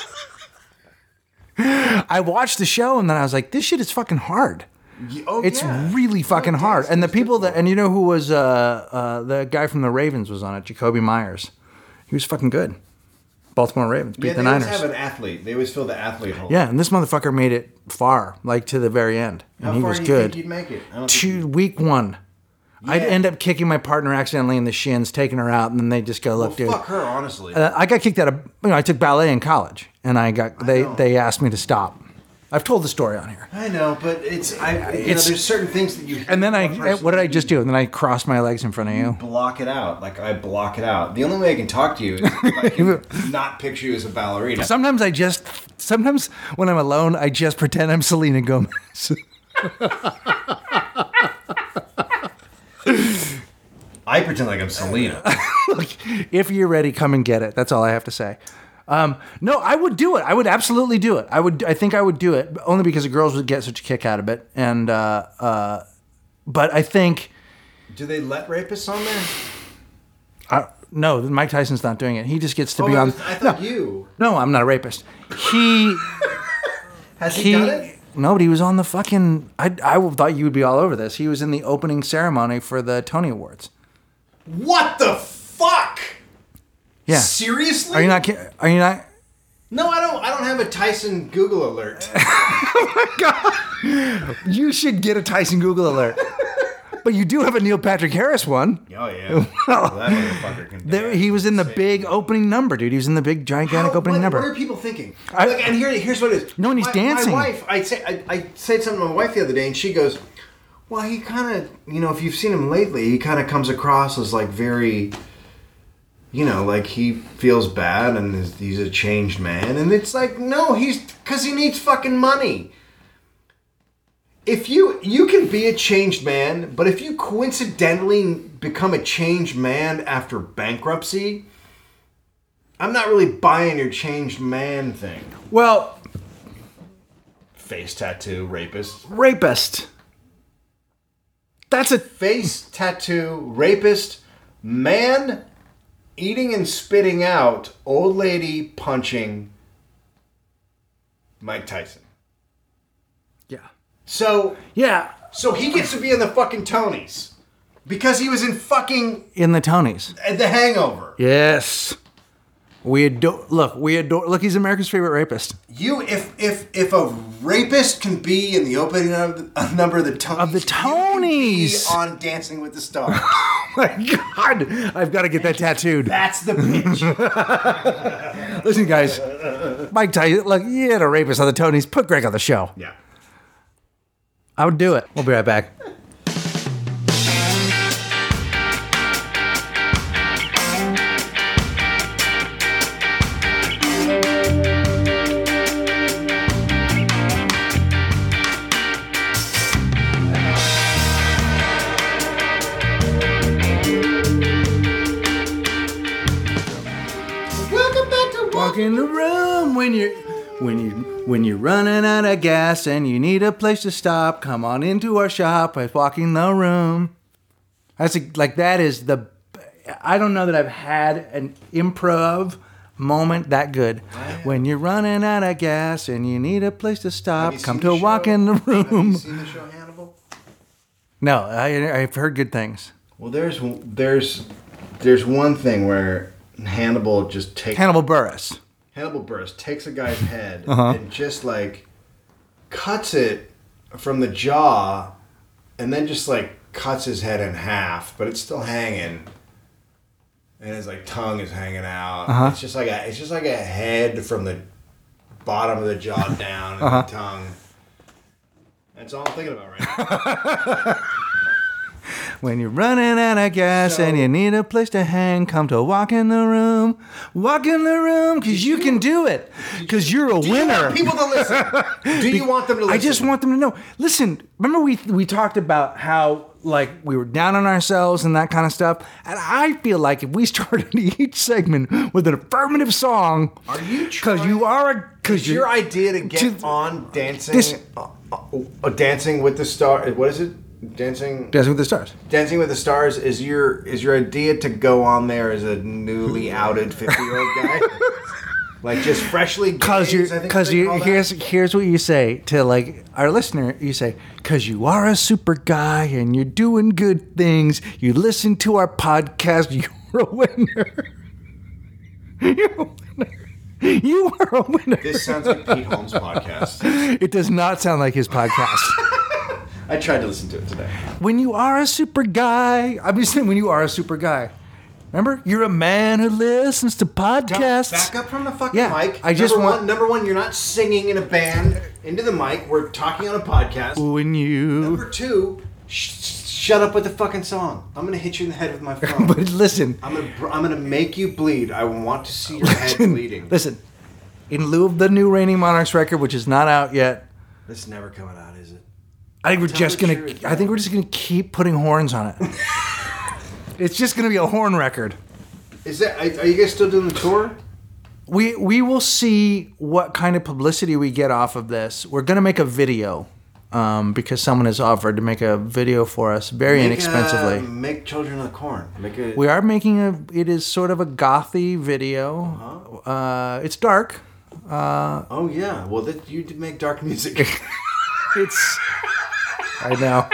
Speaker 1: week.
Speaker 2: I watched the show and then I was like, this shit is fucking hard.
Speaker 1: Y- oh,
Speaker 2: It's
Speaker 1: yeah.
Speaker 2: really fucking
Speaker 1: No, it's-
Speaker 2: hard. And the
Speaker 1: it's
Speaker 2: people that,
Speaker 1: difficult.
Speaker 2: and you know who was, uh, uh, the guy from the Ravens was on it, Jacoby Myers. He was fucking good. Baltimore Ravens beat
Speaker 1: yeah,
Speaker 2: the
Speaker 1: they always
Speaker 2: Niners.
Speaker 1: have an athlete. They always fill the athlete hole.
Speaker 2: yeah, and this motherfucker made it far, like to the very end. And
Speaker 1: How
Speaker 2: he
Speaker 1: far
Speaker 2: was
Speaker 1: do you
Speaker 2: good.
Speaker 1: think you'd make it? I don't think
Speaker 2: Two, week one. I'd
Speaker 1: Yeah.
Speaker 2: end up kicking my partner accidentally in the shins, taking her out, and then they just go, look,
Speaker 1: you-
Speaker 2: dude.
Speaker 1: Fuck her, honestly.
Speaker 2: Uh, I got kicked out of you know I took ballet in college and I got they
Speaker 1: know.
Speaker 2: they asked me to stop. I've told the story on here.
Speaker 1: I know, but it's I. You
Speaker 2: it's-
Speaker 1: know, there's certain things that you.
Speaker 2: And then I eh,
Speaker 1: one person
Speaker 2: what did I
Speaker 1: you
Speaker 2: just do? And then I crossed my legs in front of you.
Speaker 1: Block it out, like I block it out. The only way I can talk to you is if I can not picture you as a ballerina.
Speaker 2: Sometimes I just sometimes when I'm alone I just pretend I'm Selena Gomez.
Speaker 1: I pretend like I'm Selena.
Speaker 2: if you're ready, come and get it. That's all I have to say. Um, no, I would do it. I would absolutely do it. I would. I think I would do it but only because the girls would get such a kick out of it. And uh, uh, but I think
Speaker 1: Do they let rapists on there?
Speaker 2: I, no, Mike Tyson's not doing it. He just gets to be
Speaker 1: I
Speaker 2: on.
Speaker 1: was- I thought you.
Speaker 2: No, I'm not a rapist. He
Speaker 1: Has he,
Speaker 2: he
Speaker 1: done it?
Speaker 2: no, but he was on the fucking. I I thought you would be all over this. He was in the opening ceremony for the Tony Awards.
Speaker 1: What the fuck?
Speaker 2: Yeah.
Speaker 1: Seriously?
Speaker 2: Are you not? ki- Are you not?
Speaker 1: No, I don't. I don't have a Tyson Google alert.
Speaker 2: You should get a Tyson Google alert. but you do have a Neil Patrick Harris one.
Speaker 1: oh yeah. well, that motherfucker can. do
Speaker 2: There,
Speaker 1: it.
Speaker 2: he was in the
Speaker 1: Same.
Speaker 2: big opening number, dude. He was in the big
Speaker 1: How-
Speaker 2: gigantic opening
Speaker 1: what,
Speaker 2: number.
Speaker 1: What are people thinking?
Speaker 2: I-
Speaker 1: Look, and here, here's what it is.
Speaker 2: No, and he's
Speaker 1: my,
Speaker 2: dancing.
Speaker 1: My wife, I say, I, I said something to my wife the other day, and she goes, "Well, he kind of, you know, if you've seen him lately, he kind of comes across as like very, you know, like he feels bad and is, he's a changed man." And it's like, no, he's because he needs fucking money. If you you can be a changed man, but if you coincidentally become a changed man after bankruptcy, I'm not really buying your changed man thing.
Speaker 2: well,
Speaker 1: Face tattoo rapist.
Speaker 2: rapist. That's a
Speaker 1: Face tattoo rapist Man eating and spitting out old lady punching Mike Tyson.
Speaker 2: Yeah.
Speaker 1: So
Speaker 2: Yeah.
Speaker 1: so he gets to be in the fucking Tonys because he was in fucking
Speaker 2: In the Tonys.
Speaker 1: uh, The Hangover.
Speaker 2: Yes. We adore. Look, we adore. Look, he's America's favorite rapist
Speaker 1: You if if if a rapist can be in the opening of the, number of the Tonys
Speaker 2: of the
Speaker 1: you can be
Speaker 2: Tonys.
Speaker 1: on Dancing with the Stars.
Speaker 2: My God, I've got to get that tattooed.
Speaker 1: That's the pitch.
Speaker 2: Listen, guys, Mike Tyson. Look, you had a rapist on the Tonys. Put Greg on the show.
Speaker 1: yeah.
Speaker 2: I would do it. We'll be right back.
Speaker 1: Welcome back to
Speaker 2: Walk in the room when you're when you when you're running out of gas and you need a place to stop. Come on into our shop by walking the room. That's a, like that is the. I don't know that I've had an improv moment that good. When you're running out of gas and you need a place to stop, come to a walk in the
Speaker 1: Have you
Speaker 2: room.
Speaker 1: seen the show Hannibal?
Speaker 2: No, I, I've heard good things.
Speaker 1: Well, there's there's there's one thing where Hannibal just takes
Speaker 2: Hannibal Burris.
Speaker 1: Hannibal Buress takes a guy's head
Speaker 2: Uh-huh.
Speaker 1: and just like cuts it from the jaw, and then just like cuts his head in half, but it's still hanging, and his like tongue is hanging out.
Speaker 2: Uh-huh.
Speaker 1: It's just like a it's just like a head from the bottom of the jaw down and
Speaker 2: Uh-huh.
Speaker 1: the tongue. That's all I'm thinking about right now.
Speaker 2: When you're running out of gas and you need a place to hang, come to walk in the room. Walk in the room, because you can do it. Because you're a winner.
Speaker 1: want people to listen? Do you want them to listen?
Speaker 2: I just want them to know. Listen, remember we we talked about how like we were down on ourselves and that kind of stuff. And I feel like if we started each segment with an affirmative song,
Speaker 1: Are you
Speaker 2: Because you are a because
Speaker 1: It's your
Speaker 2: you're
Speaker 1: idea to get
Speaker 2: to-
Speaker 1: on dancing,
Speaker 2: This-
Speaker 1: uh, uh, uh, dancing with the star. What is it? Dancing,
Speaker 2: Dancing with the Stars.
Speaker 1: dancing with the stars is your is your idea to go on there as a newly outed fifty year old guy, like just freshly.
Speaker 2: Cause
Speaker 1: gazed,
Speaker 2: you,
Speaker 1: I think
Speaker 2: cause
Speaker 1: they
Speaker 2: you.
Speaker 1: call that.
Speaker 2: Here's here's what you say to like our listener. You say, "Cause you are a super guy and you're doing good things. You listen to our podcast. You're a winner. You're a winner. You are a winner."
Speaker 1: This sounds like Pete Holmes' podcast.
Speaker 2: It does not sound like his podcast.
Speaker 1: I tried to listen to it today.
Speaker 2: when you are a super guy, I'm just saying. When you are a super guy, remember, you're a man who listens to podcasts.
Speaker 1: Back up from the fucking
Speaker 2: Yeah,
Speaker 1: mic.
Speaker 2: I just
Speaker 1: number
Speaker 2: want-
Speaker 1: one, number one. You're not singing in a band into the mic. We're talking on a podcast.
Speaker 2: When you
Speaker 1: Number two, sh- sh- shut up with the fucking song. I'm gonna hit you in the head with my phone.
Speaker 2: but listen,
Speaker 1: I'm gonna, br- I'm gonna make you bleed. I want to see your head bleeding.
Speaker 2: Listen, in lieu of the new Reigning Monarchs record, which is not out yet,
Speaker 1: This is never coming out, is it?
Speaker 2: I think we're
Speaker 1: Tell
Speaker 2: just
Speaker 1: the
Speaker 2: gonna.
Speaker 1: truth.
Speaker 2: I think we're just gonna keep putting horns on it. it's just gonna be a horn record.
Speaker 1: Is that? Are, are you guys still doing the tour?
Speaker 2: We we will see what kind of publicity we get off of this. We're gonna make a video. Um, because someone has offered to make a video for us very inexpensively.
Speaker 1: Make, uh, make children of corn. Make a.
Speaker 2: we are making a. It is sort of a gothy video.
Speaker 1: Uh-huh.
Speaker 2: uh it's dark.
Speaker 1: oh yeah. Well, that you did make dark music.
Speaker 2: It's. I know.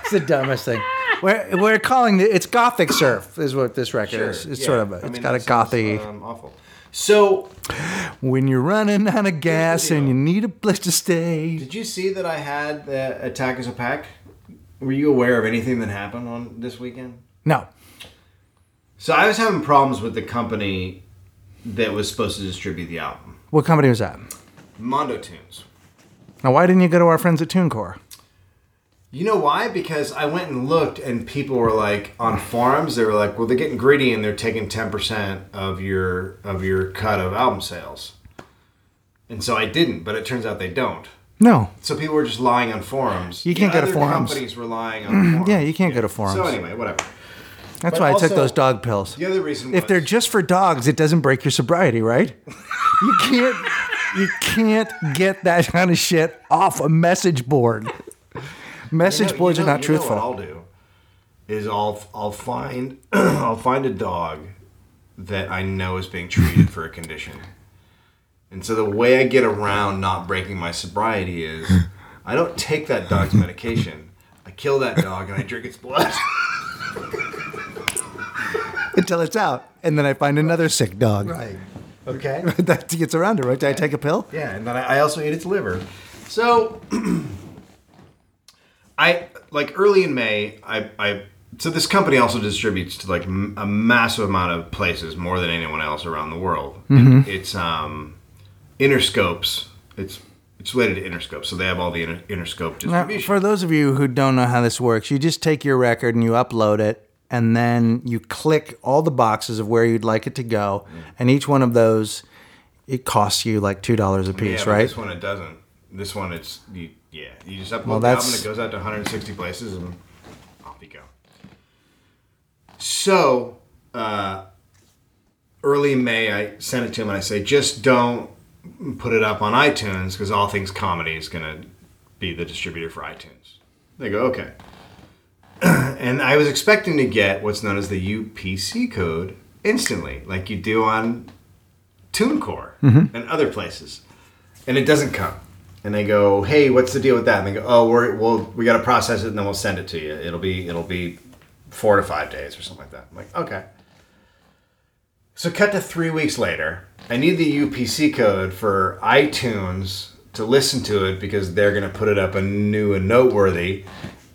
Speaker 2: It's the dumbest thing. We're, we're calling it. It's gothic surf is what this record is. It's sort of a.
Speaker 1: It's
Speaker 2: It's got a gothy.
Speaker 1: Um, awful. So
Speaker 2: when you're running out of gas and
Speaker 1: deal.
Speaker 2: you need a place to stay.
Speaker 1: Did you see that I had the attack as a pack? Were you aware of anything that happened on this weekend?
Speaker 2: No.
Speaker 1: So I was having problems with the company that was supposed to distribute the album,
Speaker 2: What company was that?
Speaker 1: Mondo Tunes.
Speaker 2: Now, why didn't you go to our friends at TuneCore?
Speaker 1: You know why? Because I went and looked, and people were like on forums. They were like, "Well, they're getting greedy, and they're taking ten percent of your of your cut of album sales." And so I didn't, but it turns out they don't.
Speaker 2: No.
Speaker 1: So people were just lying on forums.
Speaker 2: You can't
Speaker 1: The
Speaker 2: go to
Speaker 1: other
Speaker 2: forums.
Speaker 1: Companies were lying on forums.
Speaker 2: Yeah, you can't go to forums.
Speaker 1: So anyway, whatever.
Speaker 2: That's
Speaker 1: but
Speaker 2: why I
Speaker 1: also-
Speaker 2: took those dog pills.
Speaker 1: The other reason
Speaker 2: If
Speaker 1: was,
Speaker 2: they're just for dogs, it doesn't break your sobriety, right? you can't. You can't get that kind of shit off a message board. Message
Speaker 1: You know-
Speaker 2: boards
Speaker 1: you
Speaker 2: are
Speaker 1: know-
Speaker 2: not
Speaker 1: you know
Speaker 2: truthful.
Speaker 1: what I'll do is I'll I'll find I'll find a dog that I know is being treated for a condition. And so the way I get around not breaking my sobriety is I don't take that dog's medication. I kill that dog and I drink its blood.
Speaker 2: until it's out, and then I find another sick dog
Speaker 1: Okay.
Speaker 2: that gets around it. Right? Did I take a pill?
Speaker 1: Yeah, and then I, I also ate its liver. So I like early in May, I, I so this company also distributes to like m- a massive amount of places more than anyone else around the world. And it's um Interscopes. It's it's related to Interscope, so they have all the inter- Interscope
Speaker 2: Now,
Speaker 1: distribution.
Speaker 2: for those of you who don't know how this works, you just take your record and you upload it, and then you click all the boxes of where you'd like it to go,
Speaker 1: Mm.
Speaker 2: and each one of those, it costs you like two dollars a
Speaker 1: yeah,
Speaker 2: piece,
Speaker 1: but
Speaker 2: right?
Speaker 1: This one it doesn't. This one it's you, yeah. You just upload
Speaker 2: Well,
Speaker 1: the album and
Speaker 2: that's-
Speaker 1: it goes out to 160 places and off you go. So uh, early in May, I sent it to him and I say, just don't put it up on iTunes because All Things Comedy is gonna be the distributor for iTunes. They go okay. and I was expecting to get what's known as the UPC code instantly, like you do on TuneCore
Speaker 2: Mm-hmm.
Speaker 1: and other places and it doesn't come. And they go, "Hey, what's the deal with that?" And they go, "Oh, we're, we'll we got to process it and then we'll send it to you. It'll be it'll be four to five days or something like that." I'm like, "Okay." So cut to three weeks later. I need the UPC code for iTunes to listen to it because they're going to put it up a new and noteworthy,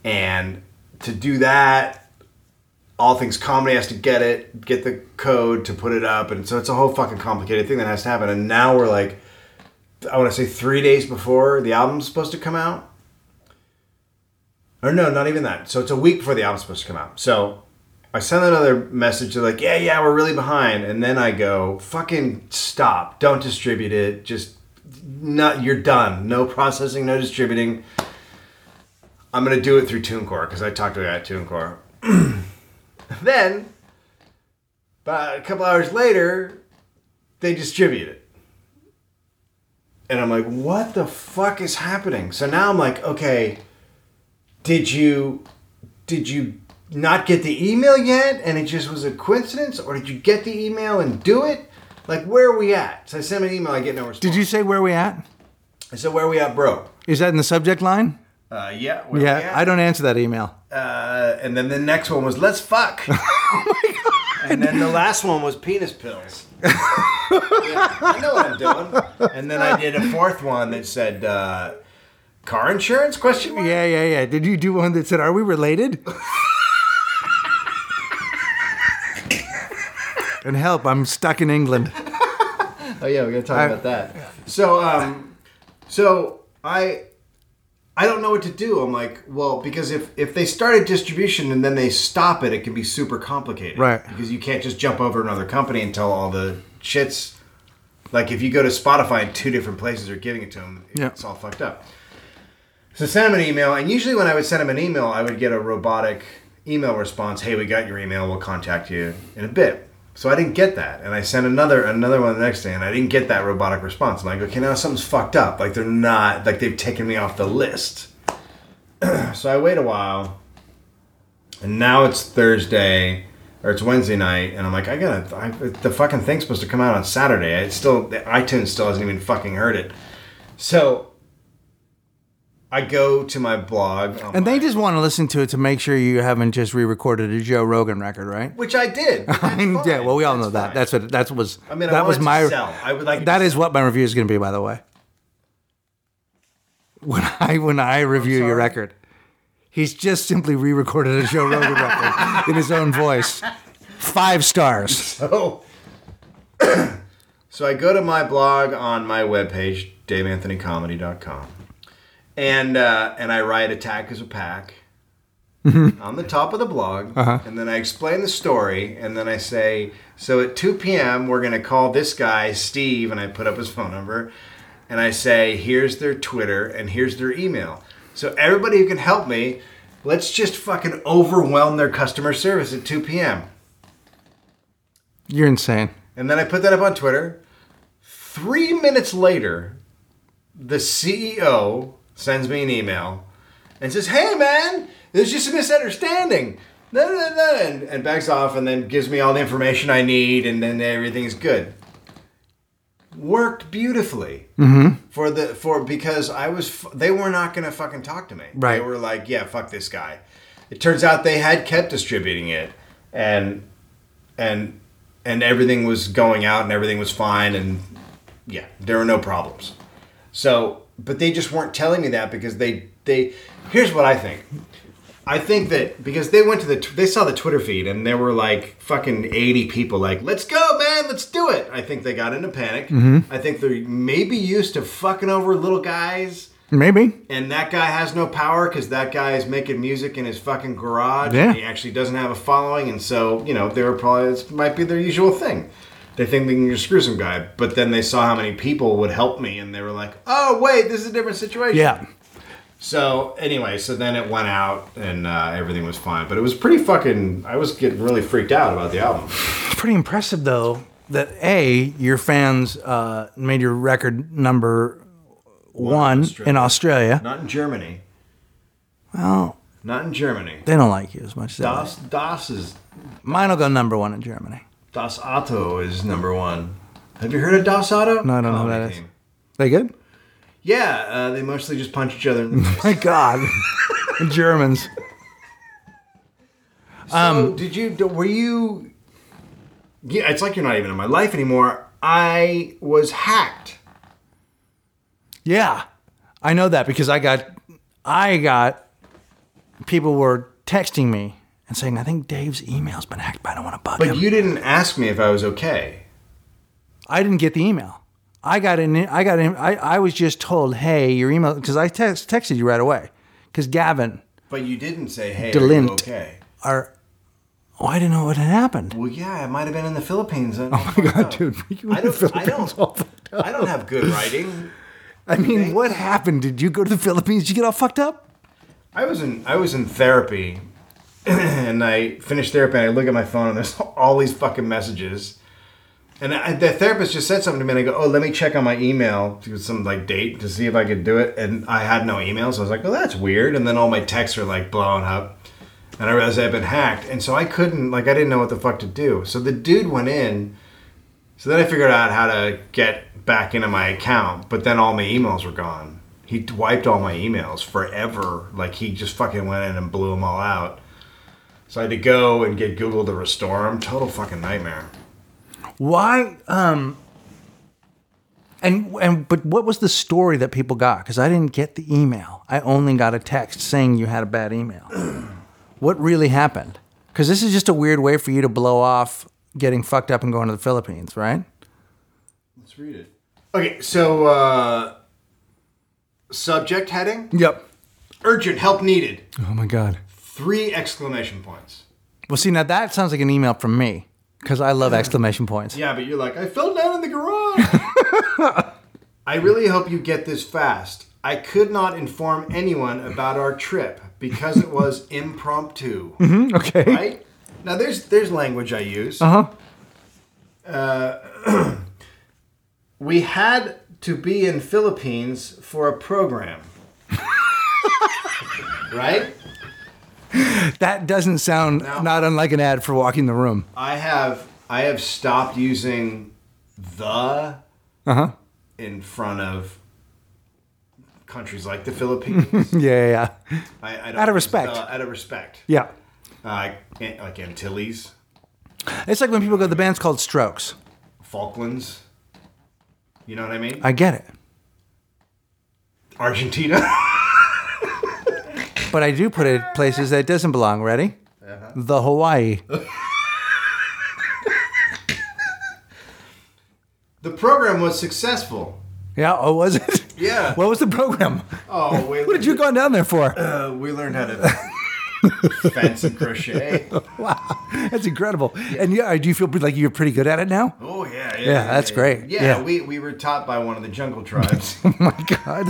Speaker 1: and to do that. All things comedy has to get it, get the code to put it up, and so it's a whole fucking complicated thing that has to happen. And now we're like, I want to say three days before the album's supposed to come out. Or no, not even that. So it's a week before the album's supposed to come out. So I send another message. They're like, yeah, yeah, we're really behind. And then I go, fucking stop. Don't distribute it. Just not. You're done. No processing. No distributing. I'm gonna do it through TuneCore because I talked to the guy at TuneCore. then, about a couple hours later, they distribute it. And I'm like, what the fuck is happening? So now I'm like, okay, did you did you not get the email yet and it just was a coincidence? Or did you get the email and do it? Like where are we at? So I send an email, I get no response.
Speaker 2: Did you say where we at?
Speaker 1: I said where are we at, bro?
Speaker 2: Is that in the subject line?
Speaker 1: Uh yeah, where
Speaker 2: Yeah, I don't answer that email.
Speaker 1: uh, and then the next one was let's fuck. Oh And then the last one was penis pills. Yeah, I know what I'm doing. And then I did a fourth one that said uh, car insurance question mark.
Speaker 2: Yeah, yeah, yeah. Did you do one that said, "Are we related?" and help, I'm stuck in England.
Speaker 1: Oh yeah, we gotta talk about that. So um, so I I don't know what to do. I'm like, well, because if if they started distribution and then they stop it, it can be super complicated,
Speaker 2: Right.
Speaker 1: Because you can't just jump over another company and tell all the shits. Like if you go to Spotify and two different places are giving it to them,
Speaker 2: Yeah.
Speaker 1: it's all fucked up. So send him an email, and usually when I would send him an email, I would get a robotic email response: "Hey, we got your email. We'll contact you in a bit." So I didn't get that, and I sent another another one the next day, and I didn't get that robotic response. And I go, "Okay, now something's fucked up. Like they're not like they've taken me off the list." so I wait a while, and now it's Thursday or it's Wednesday night, and I'm like, I gotta. I, the fucking thing's supposed to come out on Saturday. It's still the iTunes still hasn't even fucking heard it. So I go to my blog, on
Speaker 2: And
Speaker 1: my-
Speaker 2: they just want to listen to it to make sure you haven't just re-recorded a Joe Rogan record, right?
Speaker 1: which I did. but that's
Speaker 2: And, yeah,
Speaker 1: fine.
Speaker 2: well, we all
Speaker 1: That's
Speaker 2: know that.
Speaker 1: fine.
Speaker 2: That's what that was.
Speaker 1: I mean, I
Speaker 2: that was
Speaker 1: wanted
Speaker 2: my.
Speaker 1: to sell. I would like it
Speaker 2: that
Speaker 1: to
Speaker 2: is what my review is going to be, by the way. When I when I review your
Speaker 1: sorry?
Speaker 2: record, he's just simply re-recorded a Joe Rogan record in his own voice. Five stars.
Speaker 1: So, so I go to my blog on my webpage, daveanthonycomedy.com, and uh, and I write "Attack as a Pack" on the top of the blog, and then I explain the story, and then I say, "So at 2 p.m., we're gonna call this guy Steve," and I put up his phone number, and I say, "Here's their Twitter and here's their email." So everybody who can help me, let's just fucking overwhelm their customer service at 2 p.m.
Speaker 2: You're insane.
Speaker 1: And then I put that up on Twitter. Three minutes later, the E CEO sends me an email and says, Hey, man, there's just a misunderstanding. no, no, no, no, and, and backs off and then gives me all the information I need, and then everything's good. Worked beautifully for the for because I was f- they were not gonna fucking talk to me. they
Speaker 2: Right.
Speaker 1: were like, yeah, fuck this guy. It turns out they had kept distributing it, and and and everything was going out and everything was fine and yeah, there were no problems. So, but they just weren't telling me that because they they here's what I think. I think that because they went to the they saw the Twitter feed and there were like fucking 80 people like, "Let's go, man. Let's do it." I think they got into panic. I think they're maybe used to fucking over little guys
Speaker 2: Maybe.
Speaker 1: and that guy has no power because that guy is making music in his fucking garage.
Speaker 2: Yeah.
Speaker 1: And he actually doesn't have a following, and so you know they were probably this might be their usual thing. They think they can just screw some guy, but then they saw how many people would help me, and they were like, "Oh wait, this is a different situation."
Speaker 2: Yeah.
Speaker 1: So anyway, so then it went out, and uh, everything was fine. But it was pretty fucking. I was getting really freaked out about the album.
Speaker 2: It's pretty impressive though that a your fans uh, made your record number one in
Speaker 1: Australia.
Speaker 2: Australia.
Speaker 1: Not in Germany.
Speaker 2: Well,
Speaker 1: Not in Germany.
Speaker 2: they don't like you as much as they like.
Speaker 1: Das Das is
Speaker 2: Mine'll go number one in Germany.
Speaker 1: Das Auto is number one. Have you heard of Das Auto?
Speaker 2: No, I don't know who
Speaker 1: Comedy
Speaker 2: that is.
Speaker 1: team.
Speaker 2: They good?
Speaker 1: Yeah, uh, they mostly just punch each other in the face.
Speaker 2: My God, The Germans. Um,
Speaker 1: so, did you? Were you? Yeah, it's like you're not even in my life anymore. I was hacked.
Speaker 2: Yeah, I know that because I got, I got, people were texting me and saying, "I think Dave's email's been hacked, but I don't want to bug him."
Speaker 1: But you didn't ask me if I was okay.
Speaker 2: I didn't get the email. I got in. I got in. I, I was just told, "Hey, your email," because I text, texted you right away. Because Gavin,
Speaker 1: But you didn't say, "Hey, are
Speaker 2: Delint.
Speaker 1: you okay?"
Speaker 2: our, oh, I didn't know what had happened.
Speaker 1: Well, yeah, I might have been in the Philippines. Oh my
Speaker 2: dude, we were in
Speaker 1: I
Speaker 2: the
Speaker 1: don't. I
Speaker 2: Philippines
Speaker 1: don't.
Speaker 2: all fucked
Speaker 1: I don't have good writing.
Speaker 2: I mean, what happened? Did you go to the Philippines? Did you get all fucked up?
Speaker 1: I was in I was in therapy, and I finished therapy, and I look at my phone, and there's all these fucking messages. And I, the therapist just said something to me, and I go, "Oh, let me check on my email to some like date to see if I could do it." And I had no email, so I was like, "Oh, that's weird." And then all my texts are like blowing up, and I realized I had been hacked, and so I couldn't like I didn't know what the fuck to do. So the dude went in. So then I figured out how to get back into my account, but then all my emails were gone. He wiped all my emails forever. Like he just fucking went in and blew them all out. So I had to go and get Google to restore them. Total fucking nightmare.
Speaker 2: Why? Um, and and but what was the story that people got? Because I didn't get the email. I only got a text saying you had a bad email. what really happened? Because this is just a weird way for you to blow off getting fucked up and going to the Philippines, right?
Speaker 1: Let's read it. Okay, so uh, subject heading:
Speaker 2: Yep.
Speaker 1: urgent help needed.
Speaker 2: Oh my god.
Speaker 1: Three exclamation points.
Speaker 2: Well, see, now that sounds like an email from me because I love exclamation points.
Speaker 1: Yeah, but you're like, I fell down in the garage. I really hope you get this fast. I could not inform anyone about our trip because it was impromptu.
Speaker 2: Mm-hmm. Mm, Okay.
Speaker 1: Right? Now there's there's language I use. Uh,
Speaker 2: Uh-huh.
Speaker 1: We had to be in Philippines for a program. right?
Speaker 2: That doesn't sound not unlike an ad for walking the room.
Speaker 1: I have I have stopped using the
Speaker 2: Uh-huh.
Speaker 1: in front of countries like the Philippines.
Speaker 2: Yeah, yeah, yeah.
Speaker 1: I, I don't
Speaker 2: Hmm. Out of
Speaker 1: use
Speaker 2: respect.
Speaker 1: the out of respect.
Speaker 2: yeah.
Speaker 1: Uh, An- like Antilles,
Speaker 2: It's like when people go, the band's called Strokes.
Speaker 1: Falklands. You know what I mean?
Speaker 2: I get it.
Speaker 1: Argentina.
Speaker 2: But I do put it places that it doesn't belong. Ready?
Speaker 1: Uh-huh.
Speaker 2: The Hawaii.
Speaker 1: the program was successful.
Speaker 2: Yeah, oh, was it?
Speaker 1: Yeah.
Speaker 2: What was the program?
Speaker 1: Oh, we,
Speaker 2: What did you go down there for?
Speaker 1: uh, we learned how to fence and crochet.
Speaker 2: Wow, that's incredible. And yeah, do you feel like you're pretty good at it now?
Speaker 1: Oh yeah, yeah.
Speaker 2: that's great.
Speaker 1: Yeah,
Speaker 2: Yeah.
Speaker 1: We, we were taught by one of the jungle tribes.
Speaker 2: Oh my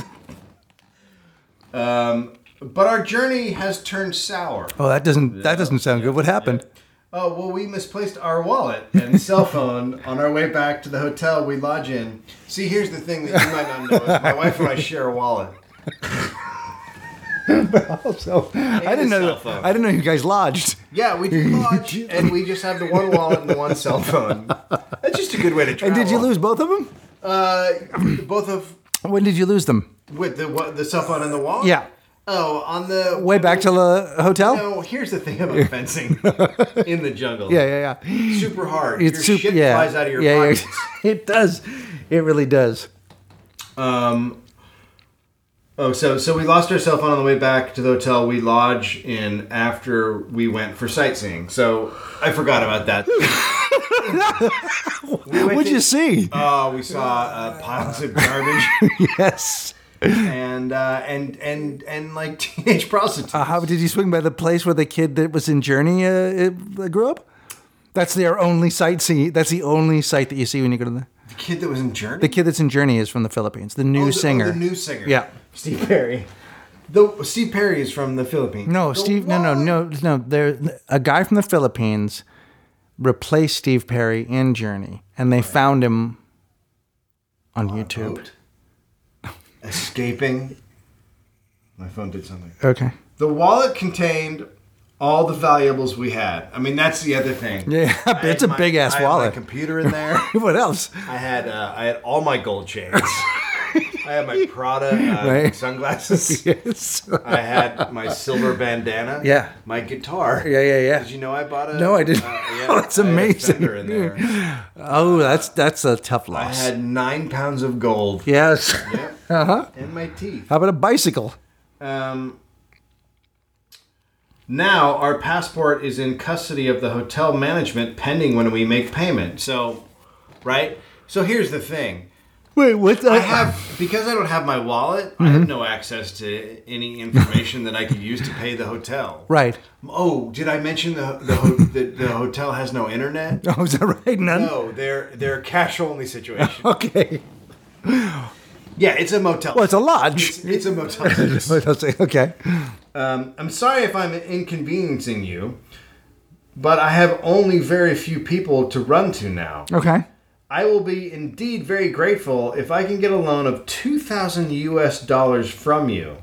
Speaker 2: God.
Speaker 1: but our journey has turned sour.
Speaker 2: Oh, that doesn't that doesn't sound good. What happened?
Speaker 1: Oh, well, we misplaced our wallet and cell phone on our way back to the hotel we lodge in. See, here's the thing that you might not know is my wife and I share a wallet.
Speaker 2: but also, I didn't
Speaker 1: a
Speaker 2: know.
Speaker 1: cell phone.
Speaker 2: I didn't know you guys lodged.
Speaker 1: Yeah, we do lodge, and we just have the one wallet and the one cell phone. That's just a good way to travel.
Speaker 2: And did you lose both of them?
Speaker 1: Uh, both of
Speaker 2: When did you lose them?
Speaker 1: with the what, the cell phone and the wallet.
Speaker 2: Yeah.
Speaker 1: Oh, on the
Speaker 2: Way back to the hotel.
Speaker 1: No, here's the thing about fencing in the jungle.
Speaker 2: Yeah, yeah, yeah.
Speaker 1: super hard.
Speaker 2: It's
Speaker 1: your
Speaker 2: super.
Speaker 1: shit
Speaker 2: yeah,
Speaker 1: flies out of your
Speaker 2: yeah, yeah.
Speaker 1: pockets.
Speaker 2: it does. It really does.
Speaker 1: Oh, so so we lost our cell phone on the way back to the hotel. We lodge in after we went for sightseeing. So I forgot about that. We went
Speaker 2: What'd
Speaker 1: to-
Speaker 2: you see?
Speaker 1: Oh, we saw uh, piles of garbage
Speaker 2: yes.
Speaker 1: and uh, and and and like teenage prostitutes.
Speaker 2: Uh, how did you swing by the place where the kid that was in Journey uh, it- uh, grew up? That's their only sightseeing. That's the only sight that you see when you go to the.
Speaker 1: the kid that was in Journey.
Speaker 2: The kid that's in Journey is from the Philippines. The new
Speaker 1: Oh, the- oh,
Speaker 2: singer.
Speaker 1: the new singer.
Speaker 2: Yeah.
Speaker 1: Steve Perry. The Steve Perry is from the Philippines.
Speaker 2: No,
Speaker 1: The
Speaker 2: Steve. No, no,
Speaker 1: wallet-
Speaker 2: no, no. There, a guy from the Philippines replaced Steve Perry in Journey, and they found him on, YouTube.
Speaker 1: Boat. Escaping. My phone did something.
Speaker 2: Okay.
Speaker 1: The wallet contained all the valuables we had. I mean, that's the other thing.
Speaker 2: Yeah,
Speaker 1: I had
Speaker 2: it's a
Speaker 1: my-
Speaker 2: big ass
Speaker 1: I had my
Speaker 2: wallet.
Speaker 1: computer in there.
Speaker 2: What else?
Speaker 1: I had uh, I had all my gold chains. I had my Prada uh,
Speaker 2: Right.
Speaker 1: sunglasses.
Speaker 2: Yes.
Speaker 1: I had my silver bandana.
Speaker 2: Yeah.
Speaker 1: My guitar.
Speaker 2: Yeah, yeah, yeah.
Speaker 1: Did you know I bought a? uh,
Speaker 2: No, I didn't. Oh, that's
Speaker 1: I had a
Speaker 2: amazing.
Speaker 1: Fender in there.
Speaker 2: Oh, that's that's a tough
Speaker 1: I
Speaker 2: loss.
Speaker 1: had nine pounds of gold.
Speaker 2: yes.
Speaker 1: Uh
Speaker 2: Uh-huh.
Speaker 1: huh. And my teeth.
Speaker 2: How about a bicycle?
Speaker 1: Um, now our passport is in custody of the hotel management pending when we make payment. So, right? So here's the thing.
Speaker 2: Wait, what? The,
Speaker 1: I have because I don't have my wallet. I
Speaker 2: Mm-hmm.
Speaker 1: have no access to any information that I could use to pay the hotel.
Speaker 2: right.
Speaker 1: Oh, did I mention the the, ho- the, the hotel has no internet?
Speaker 2: Oh, is that right? None.
Speaker 1: No, they're they're cash only situation.
Speaker 2: Okay.
Speaker 1: Yeah, it's a motel.
Speaker 2: Well, it's a lodge.
Speaker 1: it's, it's a motel.
Speaker 2: okay.
Speaker 1: Um, I'm sorry if I'm inconveniencing you, but I have only very few people to run to now.
Speaker 2: Okay.
Speaker 1: I will be indeed very grateful if I can get a loan of 2,000 US dollars from you.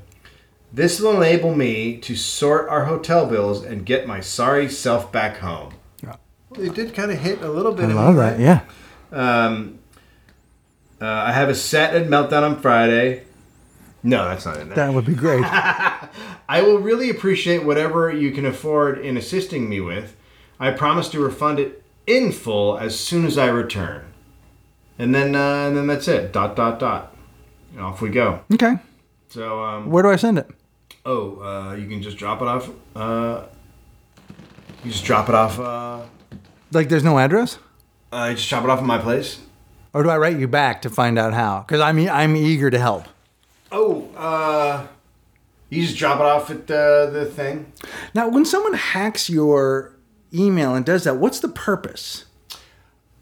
Speaker 1: This will enable me to sort our hotel bills and get my sorry self back home.
Speaker 2: Yeah.
Speaker 1: Well, it did kind of hit a little bit.
Speaker 2: I love that. Yeah.
Speaker 1: Uh, I have a set at Meltdown on Friday. No, that's not in there.
Speaker 2: That would be great.
Speaker 1: I will really appreciate whatever you can afford in assisting me with. I promise to refund it in full as soon as I return. And then, uh, and then that's it. Dot dot dot. And off we go.
Speaker 2: Okay.
Speaker 1: So, um,
Speaker 2: Where do I send it?
Speaker 1: oh, uh, you can just drop it off. Uh, you just drop it off. Uh,
Speaker 2: Like, there's no address,
Speaker 1: uh, you just drop it off at my place.
Speaker 2: or do I write you back to find out how? Because I'm e, I'm eager to help.
Speaker 1: Oh, uh, you just drop it off at the the thing.
Speaker 2: Now, when someone hacks your email and does that, what's the purpose?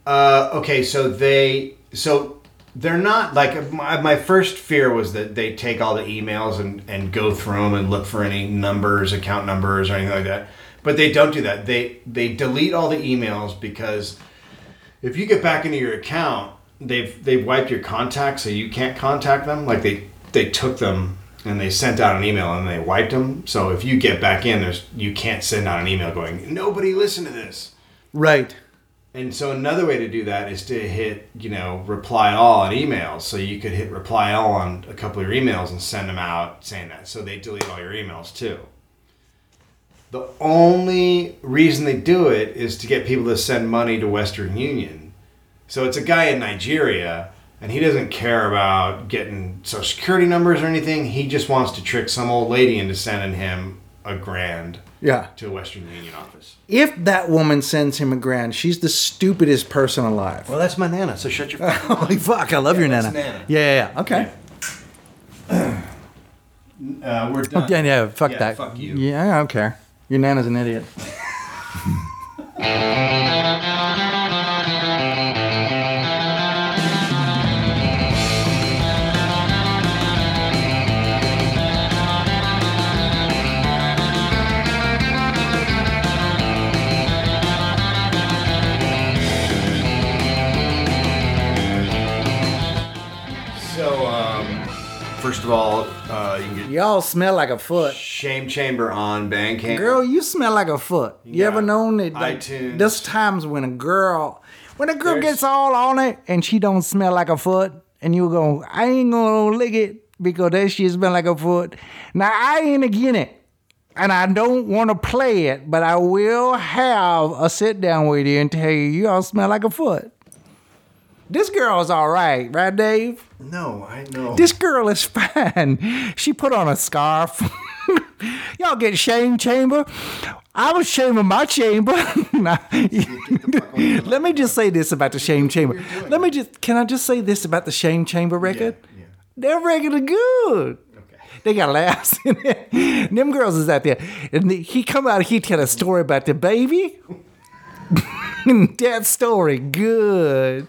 Speaker 1: Uh, okay, so they so they're not like my, my first fear was that they take all the emails and and go through them and look for any numbers, account numbers, or anything like that. But they don't do that. They they delete all the emails because if you get back into your account, they've they've wiped your contacts, so you can't contact them. Like they they took them and they sent out an email and they wiped them. So if you get back in, there's you can't send out an email going nobody listen to this.
Speaker 2: Right.
Speaker 1: And so another way to do that is to hit, you know, reply all on emails. So you could hit reply all on a couple of your emails and send them out saying that. So they delete all your emails too. The only reason they do it is to get people to send money to Western Union. So it's a guy in Nigeria and he doesn't care about getting social security numbers or anything. He just wants to trick some old lady into sending him a grand
Speaker 2: Yeah.
Speaker 1: to a Western Union office.
Speaker 2: If that woman sends him a grand, she's the stupidest person alive.
Speaker 1: Well, that's my nana, so shut your
Speaker 2: Holy fuck! I love your
Speaker 1: that's
Speaker 2: nana.
Speaker 1: Nana.
Speaker 2: Yeah, yeah, yeah. Okay.
Speaker 1: Uh, we're done.
Speaker 2: Yeah, yeah. Fuck
Speaker 1: Yeah,
Speaker 2: that.
Speaker 1: fuck you.
Speaker 2: Yeah, I don't care. Your nana's an idiot.
Speaker 1: So, um, first of all, uh, you can get
Speaker 2: Y'all smell like a foot.
Speaker 1: Shame Chamber on Bandcamp.
Speaker 2: Girl, you smell like a foot. You
Speaker 1: Yeah.
Speaker 2: ever known that? Like,
Speaker 1: iTunes.
Speaker 2: There's times when a girl, when a girl
Speaker 1: There's-
Speaker 2: gets all on it and she don't smell like a foot, and you go, I ain't gonna lick it because that shit smell like a foot. Now I ain't again it, and I don't want to play it, but I will have a sit down with you and tell you, you all smell like a foot. This girl is all right, right, Dave?
Speaker 1: no, I know.
Speaker 2: This girl is fine. She put on a scarf. Y'all get shame chamber. I was shaming my chamber. Nah. Let me just say this about the shame chamber. Let me just can I just say this about the shame chamber record?
Speaker 1: yeah.
Speaker 2: They're regular good. They got laughs in it. Them girls is out there. And he come out, he tell a story about the baby. that story good.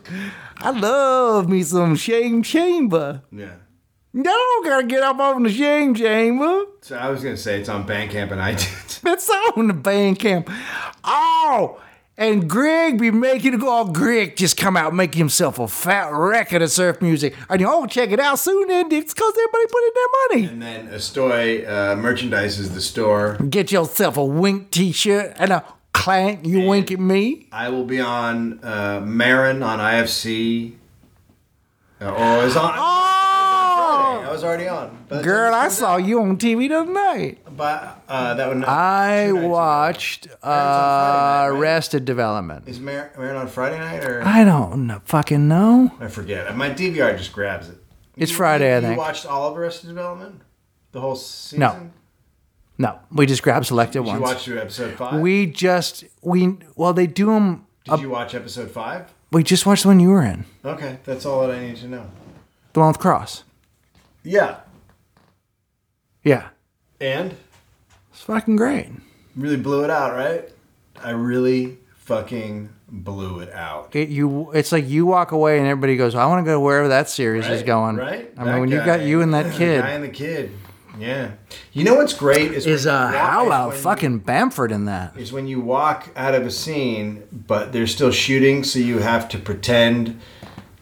Speaker 2: I love me some shame chamber.
Speaker 1: yeah.
Speaker 2: No, don't gotta get up on the shame chamber.
Speaker 1: So I was gonna say it's on Bandcamp and iTunes.
Speaker 2: It's on the band camp. Oh, and Greg be making it go. Oh, Greg just come out making himself a fat record of surf music. And you all check it out soon, and it's because everybody put in their money.
Speaker 1: and then Estoy uh, merchandise is the store.
Speaker 2: Get yourself a wink t shirt and a clank. You wink at me.
Speaker 1: I will be on uh, Marin on IFC. Uh, or I was on.
Speaker 2: Oh,
Speaker 1: I was already on. But
Speaker 2: girl, I saw you on TV the other night.
Speaker 1: But uh, that one.
Speaker 2: I
Speaker 1: two nights ago.
Speaker 2: watched
Speaker 1: Friday
Speaker 2: uh,
Speaker 1: night, right?
Speaker 2: Arrested Development.
Speaker 1: Is Mar- Marin on Friday night or I,
Speaker 2: I don't know, fucking know.
Speaker 1: forget. My DVR just grabs it.
Speaker 2: It's Friday,
Speaker 1: You,
Speaker 2: I think.
Speaker 1: You watched all of Arrested Development, the whole season.
Speaker 2: No. No, we just grab selected
Speaker 1: Did you
Speaker 2: ones.
Speaker 1: watch through episode five?
Speaker 2: We just we well they do them.
Speaker 1: Did you watch episode five?
Speaker 2: We just watched the one you were in,
Speaker 1: Okay, that's all that I need to know.
Speaker 2: the one with Cross.
Speaker 1: Yeah,
Speaker 2: Yeah,
Speaker 1: and
Speaker 2: it's fucking great.
Speaker 1: really blew it out, right? I really fucking blew it out.
Speaker 2: It, you it's like you walk away and everybody goes, I want to go wherever that series is
Speaker 1: Right,
Speaker 2: going.
Speaker 1: right?
Speaker 2: I mean,
Speaker 1: That
Speaker 2: when you
Speaker 1: guy.
Speaker 2: got you and that
Speaker 1: The guy
Speaker 2: kid
Speaker 1: and the kid. Yeah. You know what's great is
Speaker 2: is uh
Speaker 1: when you walk-
Speaker 2: how about
Speaker 1: when you-
Speaker 2: fucking Bamford in that?
Speaker 1: is when you walk out of a scene, but they're still shooting, so you have to pretend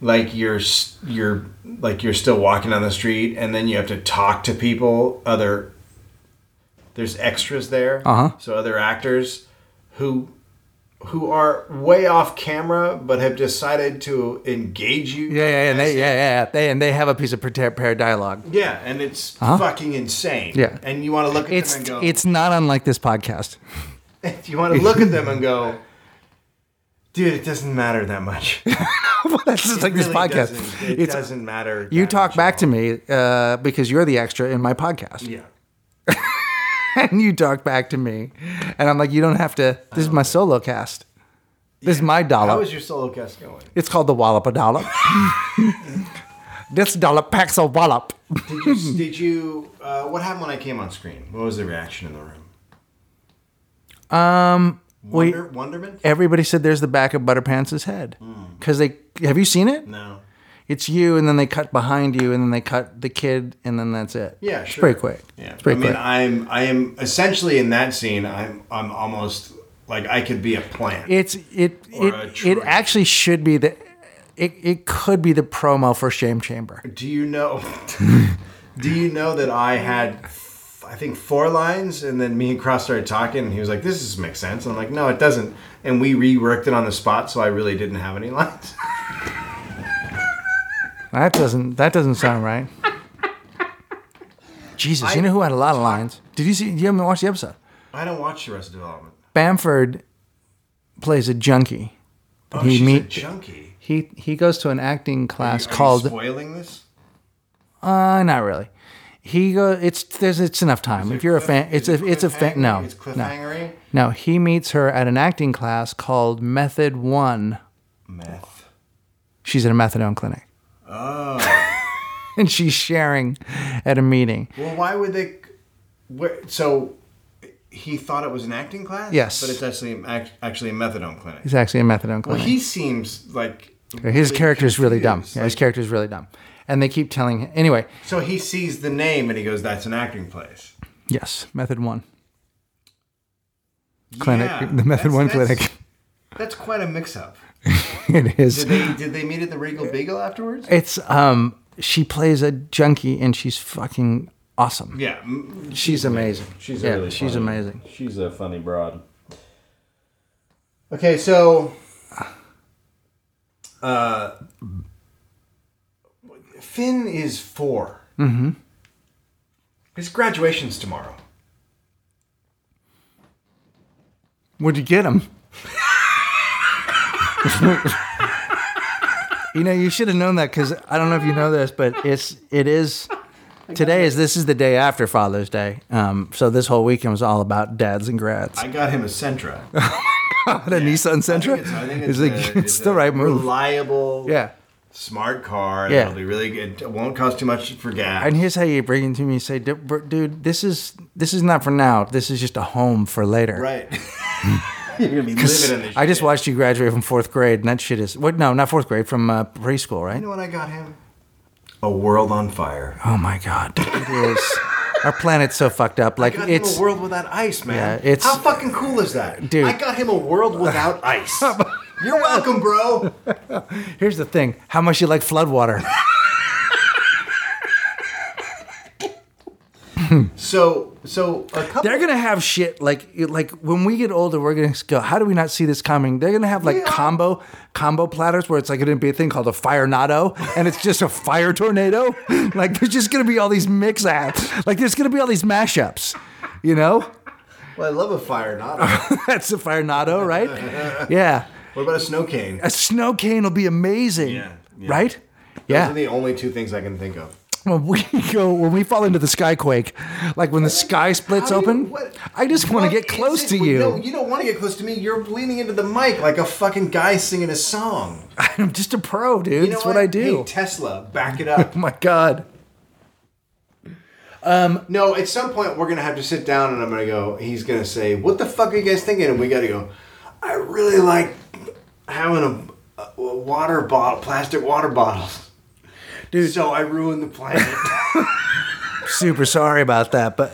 Speaker 1: like you're s- you're like you're still walking down the street, and then you have to talk to people. Other there's extras there,
Speaker 2: Uh-huh.
Speaker 1: so other actors who who are way off camera, but have decided to engage you.
Speaker 2: Yeah, yeah, and they, yeah, yeah, they and they have a piece of prepared, prepared dialogue.
Speaker 1: Yeah, and it's fucking insane.
Speaker 2: Uh-huh. Yeah.
Speaker 1: and you want to look at
Speaker 2: It's
Speaker 1: them and go,
Speaker 2: it's not unlike this podcast.
Speaker 1: you want to look at them and go, dude, it doesn't matter that much.
Speaker 2: That's just like this
Speaker 1: really
Speaker 2: podcast.
Speaker 1: doesn't- it
Speaker 2: it's
Speaker 1: doesn't matter.
Speaker 2: you talk back to me uh, because you're the extra in my podcast.
Speaker 1: Yeah.
Speaker 2: and you talk back to me, and I'm like, you don't have to. This is my solo cast. This is my
Speaker 1: How
Speaker 2: dollop.
Speaker 1: is your solo cast going?
Speaker 2: it's called the Wallop a Dollop. this dollop packs a wallop.
Speaker 1: Did you? did you uh, what happened when I came on screen? What was the reaction in the room? Um,
Speaker 2: we-
Speaker 1: Wonder, Wonderman?
Speaker 2: Everybody said there's the back of Butterpants' head
Speaker 1: Hmm.
Speaker 2: because they have you seen it?
Speaker 1: No.
Speaker 2: It's you, and then they cut behind you, and then they cut the kid, and then that's it.
Speaker 1: Yeah,
Speaker 2: It's
Speaker 1: sure.
Speaker 2: pretty quick.
Speaker 1: Yeah, I
Speaker 2: it's pretty
Speaker 1: mean,
Speaker 2: quick.
Speaker 1: I'm I am essentially in that scene. I'm I'm almost like I could be a plant.
Speaker 2: it's it
Speaker 1: Or a
Speaker 2: it, it
Speaker 1: tree.
Speaker 2: actually should be the. It, it could be the promo for Shame Chamber.
Speaker 1: Do you know? do you know that I had, f- I think four lines, and then me and Cross started talking, and he was like, "This doesn't make sense." And I'm like, "No, it doesn't." And we reworked it on the spot, so I really didn't have any lines.
Speaker 2: That doesn't that doesn't sound right. Jesus, you know who had a lot of lines? Did you see? You haven't watched the episode.
Speaker 1: I don't watch the rest of development.
Speaker 2: Bamford plays a junkie.
Speaker 1: Oh,
Speaker 2: He
Speaker 1: she's a
Speaker 2: meet-
Speaker 1: junkie.
Speaker 2: He he goes to an acting class
Speaker 1: Are
Speaker 2: called
Speaker 1: you spoiling this.
Speaker 2: uh not really. He go it's there's it's enough time. If you're a fan, it's a it's a fan. No,
Speaker 1: It's
Speaker 2: no,
Speaker 1: cliffhangery.
Speaker 2: no. He meets her at an acting class called Method One.
Speaker 1: Meth.
Speaker 2: She's at a methadone clinic. Oh. and she's sharing at a meeting.
Speaker 1: Well, why would they? Where, so he thought it was an acting class.
Speaker 2: Yes.
Speaker 1: but it's actually act- actually a methadone clinic.
Speaker 2: It's actually a methadone clinic.
Speaker 1: Well, he seems like
Speaker 2: His character is really dumb.
Speaker 1: confused.
Speaker 2: Yeah, his character is really dumb. And they keep telling him. Anyway,
Speaker 1: So he sees the name and he goes, "That's an acting place."
Speaker 2: yes, method one clinic.
Speaker 1: Yeah,
Speaker 2: the
Speaker 1: that's-
Speaker 2: method one
Speaker 1: that's-
Speaker 2: clinic.
Speaker 1: That's quite a mix-up.
Speaker 2: it is.
Speaker 1: Did they did they meet at the Regal Beagle afterwards?
Speaker 2: It's um. She plays a junkie and she's fucking awesome.
Speaker 1: Yeah, m-
Speaker 2: She's amazing.
Speaker 1: She's
Speaker 2: yeah,
Speaker 1: really
Speaker 2: she's
Speaker 1: funny.
Speaker 2: amazing.
Speaker 3: She's a funny broad.
Speaker 1: Okay, so uh, Finn is 4 Mm-hmm. His graduation's tomorrow.
Speaker 2: Where'd you get him? you know, you should have known that because I don't know if you know this, but it's it is today is this is the day after Father's Day. Um, so this whole weekend was all about dads and grads.
Speaker 1: I got him a Sentra.
Speaker 2: What a Nissan
Speaker 1: I
Speaker 2: Sentra.
Speaker 1: think it's, I think
Speaker 2: It's
Speaker 1: it's,
Speaker 2: like,
Speaker 1: a-
Speaker 2: it's
Speaker 1: it's
Speaker 2: the
Speaker 1: a
Speaker 2: right move.
Speaker 1: Reliable,
Speaker 2: Yeah.
Speaker 1: smart car.
Speaker 2: Yeah.
Speaker 1: Yeah, it'll be really good. It won't cost too much for gas.
Speaker 2: And here's how you bring it to me. You say, "Du- br- dude, this is this is not for now. This is just a home for later.
Speaker 1: right. You're gonna be living in this.
Speaker 2: I just
Speaker 1: shit.
Speaker 2: watched you graduate from fourth grade, and that shit is what? No, not fourth grade, from uh, preschool, right?
Speaker 1: You know what I got him? A world on fire.
Speaker 2: Oh my god, it is. Our planet's so fucked up. Like
Speaker 1: I got
Speaker 2: it's
Speaker 1: him a world without ice, man.
Speaker 2: Yeah, it's-
Speaker 1: How fucking cool is that,
Speaker 2: Dude.
Speaker 1: I got him a world without ice. You're welcome, bro.
Speaker 2: here's the thing: how much you like floodwater?
Speaker 1: So, so a couple.
Speaker 2: They're gonna have shit like like when we get older, we're gonna go. How do we not see this coming? They're gonna have like
Speaker 1: Yeah.
Speaker 2: combo combo platters where it's like gonna be a thing called a fire nado, and it's just a fire tornado. like there's just gonna be all these mix apps. Like there's gonna be all these mashups. You know,
Speaker 1: well, I love a fire, not a.
Speaker 2: that's a fire nado, right? Yeah,
Speaker 1: what about a snow cane?
Speaker 2: a snow cane will be amazing.
Speaker 1: Yeah, yeah.
Speaker 2: Right.
Speaker 1: Those are the only two things I can think of.
Speaker 2: when we go when we fall into the skyquake, like when the sky splits
Speaker 1: How do you-
Speaker 2: open,
Speaker 1: what-
Speaker 2: I just want
Speaker 1: what
Speaker 2: to get
Speaker 1: is
Speaker 2: close
Speaker 1: it
Speaker 2: to
Speaker 1: with-
Speaker 2: you.
Speaker 1: No, you don't want to get close to me. You're leaning into the mic like a fucking guy singing a song.
Speaker 2: I'm just a pro, dude.
Speaker 1: You know
Speaker 2: That's what I do.
Speaker 1: Hey, Tesla, back it up.
Speaker 2: oh my god.
Speaker 1: no, at some point we're gonna have to sit down, and I'm gonna go. He's gonna say, "What the fuck are you guys thinking?" And we gotta go. I really like having a, a water bottle, plastic water bottles.
Speaker 2: Dude.
Speaker 1: so I ruined the planet.
Speaker 2: Super sorry about that, but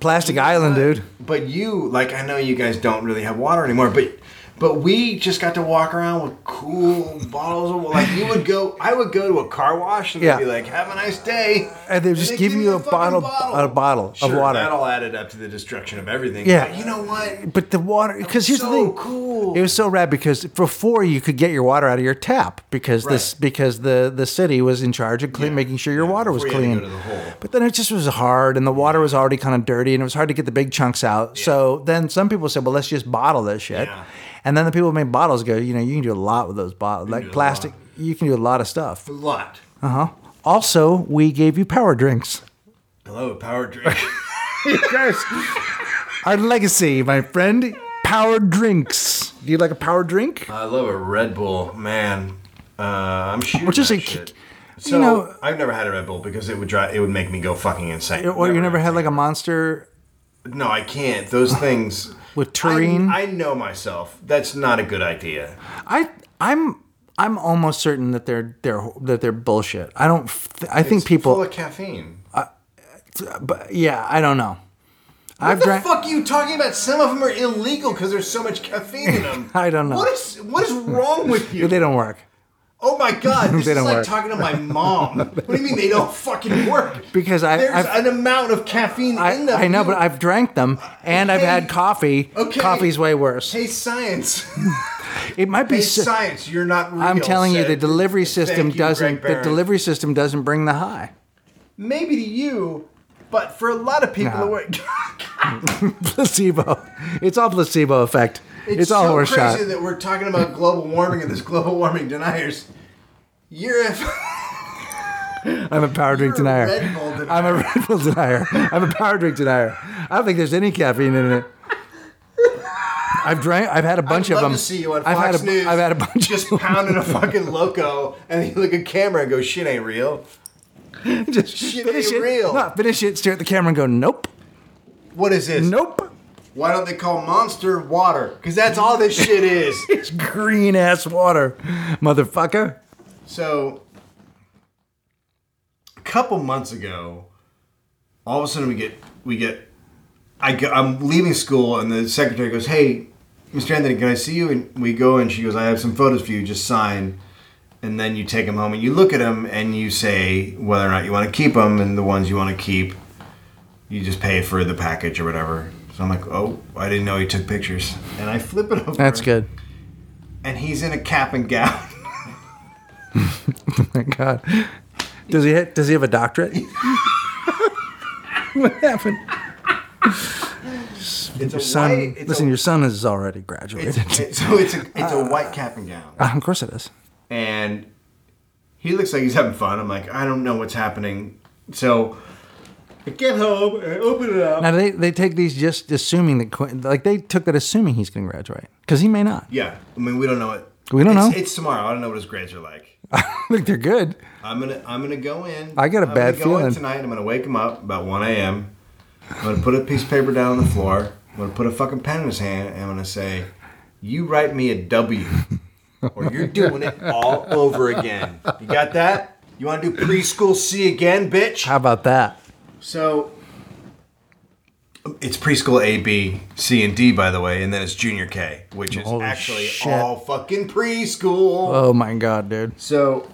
Speaker 2: Plastic Island, dude.
Speaker 1: but you, like, I know you guys don't really have water anymore, but but we just got to walk around with cool bottles of like you would go. I would go to a car wash and
Speaker 2: Yeah.
Speaker 1: they'd be like, "Have a nice day,"
Speaker 2: And they'd just
Speaker 1: they'd
Speaker 2: give
Speaker 1: me
Speaker 2: you a
Speaker 1: fucking
Speaker 2: bottle- a bottle of
Speaker 1: Sure,
Speaker 2: water.
Speaker 1: That all added up to the destruction of everything.
Speaker 2: Yeah.
Speaker 1: but you know what?
Speaker 2: But the water, because here's the
Speaker 1: so
Speaker 2: thing.
Speaker 1: cool.
Speaker 2: It was so rad because before you could get your water out of your tap because this
Speaker 1: Right.
Speaker 2: because the the city was in charge of clean, making sure your water was
Speaker 1: before you
Speaker 2: clean.
Speaker 1: had to go to the hole.
Speaker 2: But then it just was hard, and the water was already kind of dirty, and it was hard to get the big chunks out. So then some people said, "Well, let's just bottle this shit."
Speaker 1: Yeah.
Speaker 2: And then the people who made bottles go, "You know, you can do a lot with those bottles,
Speaker 1: do
Speaker 2: like
Speaker 1: a
Speaker 2: plastic.
Speaker 1: lot.
Speaker 2: You can do a lot of stuff."
Speaker 1: A lot.
Speaker 2: Uh huh. Also, we gave you power drinks.
Speaker 1: Hello, power drink.
Speaker 2: Yes. Our legacy, my friend. Power drinks. Do you like a power drink?
Speaker 1: I love a Red Bull, man. Uh, I'm shooting
Speaker 2: Which is
Speaker 1: that
Speaker 2: a
Speaker 1: shit.
Speaker 2: kick-
Speaker 1: So
Speaker 2: know-
Speaker 1: I've never had a Red Bull because it would drive. It would make me go fucking insane.
Speaker 2: or you never had like a monster
Speaker 1: No, I can't. Those things
Speaker 2: with tureen?
Speaker 1: I, I know myself. That's not a good idea.
Speaker 2: I I'm I'm almost certain that they're they're that they're bullshit. I don't. th- I think
Speaker 1: It's full
Speaker 2: people.
Speaker 1: of caffeine.
Speaker 2: But yeah, I don't know.
Speaker 1: what
Speaker 2: I've
Speaker 1: the
Speaker 2: drank.
Speaker 1: fuck are you talking about? Some of them are illegal because there's so much caffeine in them.
Speaker 2: I don't know.
Speaker 1: What is what is wrong with you?
Speaker 2: They don't work
Speaker 1: oh my god, this
Speaker 2: They
Speaker 1: is
Speaker 2: don't
Speaker 1: like
Speaker 2: work.
Speaker 1: talking to my mom. what do you mean they don't fucking work?
Speaker 2: because I
Speaker 1: There's
Speaker 2: I've,
Speaker 1: an amount of caffeine
Speaker 2: I,
Speaker 1: in them.
Speaker 2: I know,
Speaker 1: You-
Speaker 2: but I've drank them and I've
Speaker 1: Okay.
Speaker 2: had coffee.
Speaker 1: Okay.
Speaker 2: Coffee's way worse.
Speaker 1: Hey, science.
Speaker 2: It might be.
Speaker 1: Hey,
Speaker 2: si-
Speaker 1: science. You're not real.
Speaker 2: I'm telling you, the
Speaker 1: said-
Speaker 2: delivery
Speaker 1: Thank
Speaker 2: system
Speaker 1: you, Greg
Speaker 2: doesn't. The
Speaker 1: Barron.
Speaker 2: delivery system doesn't bring the high.
Speaker 1: Maybe to you, but for a lot of people,
Speaker 2: No.
Speaker 1: it works.
Speaker 2: Placebo. It's all placebo effect. It's, all
Speaker 1: so
Speaker 2: horse
Speaker 1: crazy
Speaker 2: shot.
Speaker 1: that we're talking about global warming and this global warming deniers. You're a
Speaker 2: I'm a power drink
Speaker 1: You're a
Speaker 2: denier.
Speaker 1: Red Bull denier.
Speaker 2: I'm a Red Bull denier. I'm a power drink denier. I don't think there's any caffeine in it. I've drank. I've had a bunch
Speaker 1: I'd
Speaker 2: of
Speaker 1: love
Speaker 2: them.
Speaker 1: to see you on
Speaker 2: I've
Speaker 1: Fox
Speaker 2: had a,
Speaker 1: News.
Speaker 2: have had a bunch.
Speaker 1: just pounding a fucking loco, and you look at camera and go, "Shit ain't real."
Speaker 2: of, just
Speaker 1: shit
Speaker 2: finish
Speaker 1: ain't
Speaker 2: it.
Speaker 1: real.
Speaker 2: No, finish it. Stare at the camera and go. Nope.
Speaker 1: What is this?
Speaker 2: Nope.
Speaker 1: Why don't they call Monster water? Because that's all this shit is.
Speaker 2: It's green ass water, motherfucker.
Speaker 1: So, a couple months ago, all of a sudden we get we get I go, I'm leaving school and the secretary goes, "Hey, Mr. Anthony, can I see you?" And we go and she goes, "I have some photos for you. Just sign." And then you take them home and you look at them and you say whether or not you want to keep them and the ones you want to keep. you just pay for the package or whatever. So I'm like, oh, I didn't know he took pictures. And I flip it over.
Speaker 2: That's good.
Speaker 1: And he's in a cap and gown.
Speaker 2: Oh my God. Does he ha- does he have a doctorate? what happened?
Speaker 1: It's a
Speaker 2: Your son,
Speaker 1: white. It's
Speaker 2: listen,
Speaker 1: a,
Speaker 2: your son has already graduated.
Speaker 1: it's, it's- so it's a it's a white cap and gown.
Speaker 2: Uh, of course it is.
Speaker 1: and he looks like he's having fun. I'm like, I don't know what's happening. So I get home and I open it up.
Speaker 2: Now do they they take these just assuming that Quin- like they took that assuming he's going to graduate because he may not.
Speaker 1: yeah, I mean, we don't know it.
Speaker 2: We don't
Speaker 1: it's,
Speaker 2: know.
Speaker 1: It's tomorrow. I don't know what his grades are like.
Speaker 2: Look, they're good.
Speaker 1: I'm gonna I'm gonna go in.
Speaker 2: I got a
Speaker 1: I'm
Speaker 2: bad
Speaker 1: gonna go in
Speaker 2: feeling.
Speaker 1: tonight. I'm gonna wake him up about 1 a.m. I'm gonna put a piece of paper down on the floor. I'm gonna put a fucking pen in his hand and I'm gonna say, "You write me a W, or you're doing it all over again." You got that? You want to do preschool C again, bitch?
Speaker 2: How about that?
Speaker 1: So it's preschool A, B, C, and D, by the way, and then it's junior K, which is
Speaker 2: Holy
Speaker 1: actually
Speaker 2: shit.
Speaker 1: all fucking preschool.
Speaker 2: Oh my God, dude.
Speaker 1: So,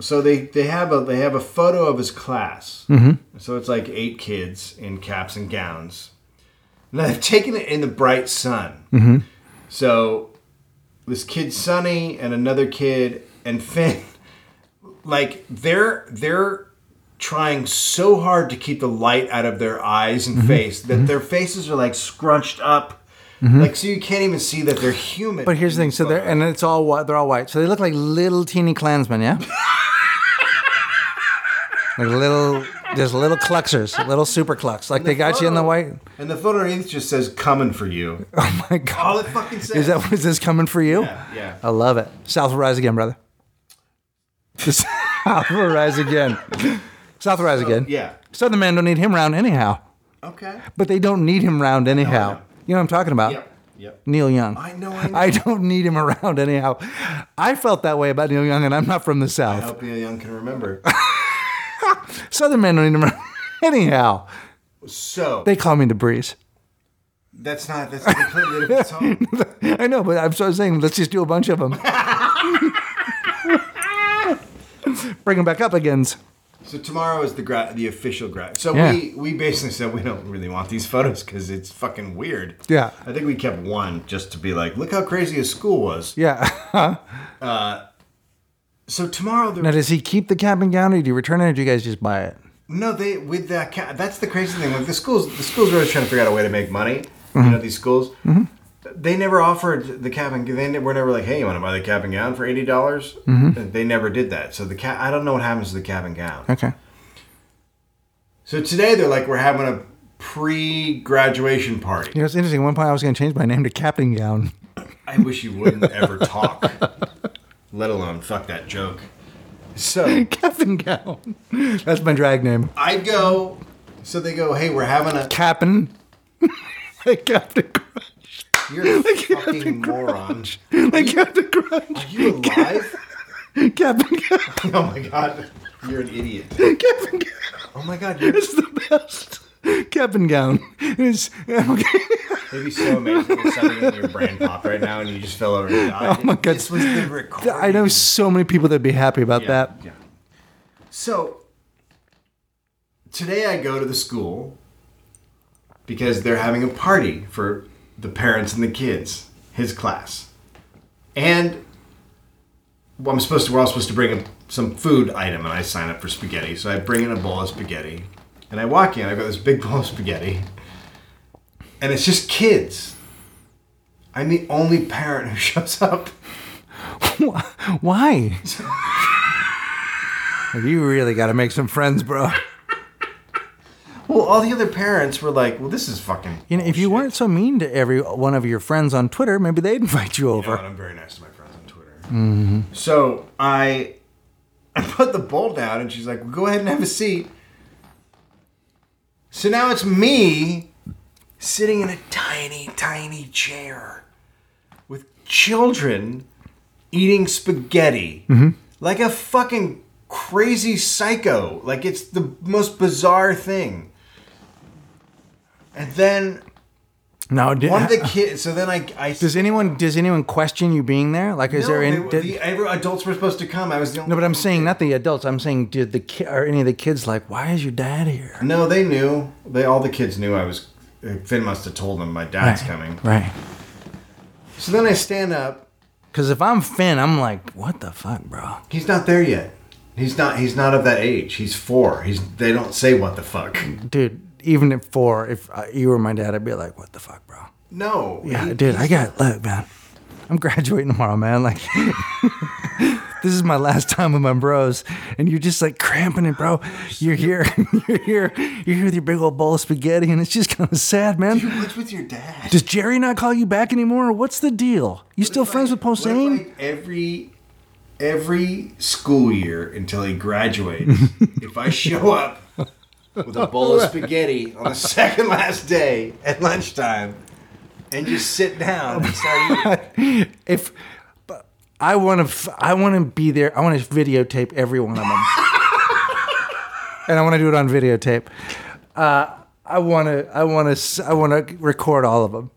Speaker 1: so they they have a they have a photo of his class.
Speaker 2: Mm-hmm.
Speaker 1: So it's like eight kids in caps and gowns. Now they've taken it in the bright sun.
Speaker 2: Mm-hmm.
Speaker 1: So this kid Sonny and another kid and Finn, like they're they're trying so hard to keep the light out of their eyes
Speaker 2: Mm-hmm.
Speaker 1: and face that their faces are like scrunched up. Like so you can't even see that they're human.
Speaker 2: Mm-hmm. But here's the thing. So they're and it's all white. They're all white. So they look like little teeny Klansmen, yeah. like little, just little cluxers, little super clucks. Like they got you in the white.
Speaker 1: And the photo underneath just says "coming for you."
Speaker 2: Oh my God.
Speaker 1: All it fucking says. Uh,
Speaker 2: Is that is this coming for you?
Speaker 1: Yeah, yeah.
Speaker 2: I love it. South will rise again, brother. The South will rise again. South will rise again.
Speaker 1: yeah.
Speaker 2: Southern men don't need him round anyhow.
Speaker 1: Okay.
Speaker 2: But they don't need him round anyhow.
Speaker 1: know.
Speaker 2: You know what I'm talking about?
Speaker 1: Yep. Yep.
Speaker 2: Neil Young.
Speaker 1: I know, I know.
Speaker 2: don't need him around anyhow. I felt that way about Neil Young, and I'm not from the
Speaker 1: I
Speaker 2: South.
Speaker 1: hope Neil Young can remember.
Speaker 2: Southern men don't need him around anyhow.
Speaker 1: So
Speaker 2: They call me the breeze.
Speaker 1: that's not that's a completely different song.
Speaker 2: I know, but I'm sort of saying let's just do a bunch of them. Bring them back up again.
Speaker 1: So tomorrow is the gra- the official grad. So
Speaker 2: Yeah.
Speaker 1: we we basically said we don't really want these photos because it's fucking weird.
Speaker 2: Yeah.
Speaker 1: I think we kept one just to be like, look how crazy his school was.
Speaker 2: Yeah.
Speaker 1: So tomorrow, the,
Speaker 2: Now, does he keep the cap and gown, or do you return it, or do you guys just buy it?
Speaker 1: No, they with that. Ca- that's the crazy thing. Like the schools, the schools are always trying to figure out a way to make money. You know, these schools, they never offered the cap and they ne- were never like, "Hey, you want to buy the cap and gown for eighty dollars?" They never did that. So the cap, I don't know what happens to the cap and gown.
Speaker 2: Okay.
Speaker 1: So today they're like, we're having a pre-graduation party.
Speaker 2: You know, it's interesting. At one point, I was going to change my name to cap and gown.
Speaker 1: I wish you wouldn't ever talk, let alone fuck that joke. So
Speaker 2: Cap and gown. That's my drag name.
Speaker 1: I go. So they go, "Hey, we're having a."
Speaker 2: Cap'n. like Captain Crunch.
Speaker 1: You're a
Speaker 2: Captain
Speaker 1: fucking moron.
Speaker 2: Like Captain Crunch.
Speaker 1: Are you alive?
Speaker 2: Captain Gown.
Speaker 1: Oh my god, you're an idiot.
Speaker 2: Captain Gown.
Speaker 1: Oh my god, you're
Speaker 2: It's the best. Captain Gown. It's, okay.
Speaker 1: maybe so amazing that something in your brain popped right now and you just fell over and died.
Speaker 2: Oh my God.
Speaker 1: This was the recording.
Speaker 2: I know so many people that'd be happy about
Speaker 1: Yeah,
Speaker 2: that.
Speaker 1: yeah. So today I go to the school because they're having a party for the parents and the kids, his class. And well, I'm supposed to we're all supposed to bring a, some food item and I sign up for spaghetti. So I bring in a bowl of spaghetti. And I walk in, I've got this big bowl of spaghetti. And it's just kids. I'm the only parent who shows up.
Speaker 2: Why? Like, you really got to make some friends, bro.
Speaker 1: Well, all the other parents were like, "Well, this is fucking."
Speaker 2: You know, if you weren't so mean to every one of your friends on Twitter, maybe they'd invite you
Speaker 1: bullshit." You know,
Speaker 2: over.
Speaker 1: and I'm very nice to my friends on Twitter. So I, I put the bowl down, and she's like, well, "Go ahead and have a seat." So now it's me sitting in a tiny, tiny chair with children eating spaghetti like a fucking crazy psycho. Like it's the most bizarre thing. And then
Speaker 2: No.
Speaker 1: One of the
Speaker 2: Did,
Speaker 1: kids. So then I, I
Speaker 2: does anyone does anyone question you being there? Like, is
Speaker 1: no,
Speaker 2: there any?
Speaker 1: they-
Speaker 2: did-
Speaker 1: the every- adults were supposed to come. I was the only.
Speaker 2: no, but I'm saying not the adults. I'm saying did the ki- are any of the kids like why is your dad here?
Speaker 1: No, they knew. They all the kids knew I was. uh, Finn must have told them my dad's coming.
Speaker 2: Right.
Speaker 1: So then I stand up.
Speaker 2: Because if I'm Finn, I'm like, what the fuck, bro?
Speaker 1: He's not there yet. He's not. He's not of that age. He's four. He's. They don't say what the fuck.
Speaker 2: Dude, even at four, if I, you were my dad, I'd be like, what the fuck, bro?
Speaker 1: No.
Speaker 2: Yeah,
Speaker 1: He-
Speaker 2: dude, I got look, man. I'm graduating tomorrow, man. Like, this is my last time with my bros, and you're just like cramping it, bro. You're here, you're here, you're here with your big old bowl of spaghetti, and it's just kind of sad, man.
Speaker 1: What's with your dad?
Speaker 2: Does Jerry not call you back anymore, or what's the deal? You still friends with
Speaker 1: What if,
Speaker 2: Posehn?
Speaker 1: like, every every school year until he graduates, if I show up with a bowl of spaghetti on the second last day at lunchtime and just sit down and start eating.
Speaker 2: If but I want to, I want to be there. I want to videotape every one of them, and I want to do it on videotape. Uh, I want to, I want to, I want to record all of them.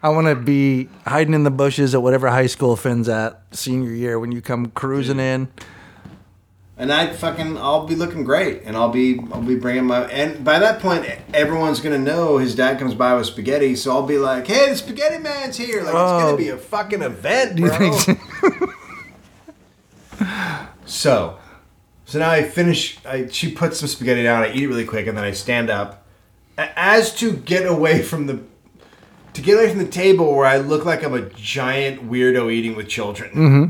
Speaker 2: I want to be hiding in the bushes at whatever high school Finn's at senior year when you come cruising in.
Speaker 1: And I fucking I'll be looking great and I'll be I'll be bringing my and by that point everyone's gonna know his dad comes by with spaghetti so I'll be like hey the spaghetti man's here like it's
Speaker 2: Oh.
Speaker 1: gonna be a fucking event
Speaker 2: Do you
Speaker 1: bro.
Speaker 2: think? so?
Speaker 1: So, so now I finish. I she puts some spaghetti down. I eat it really quick, and then I stand up, A- as to get away from the, to get away from the table where I look like I'm a giant weirdo eating with children.
Speaker 2: Mm-hmm.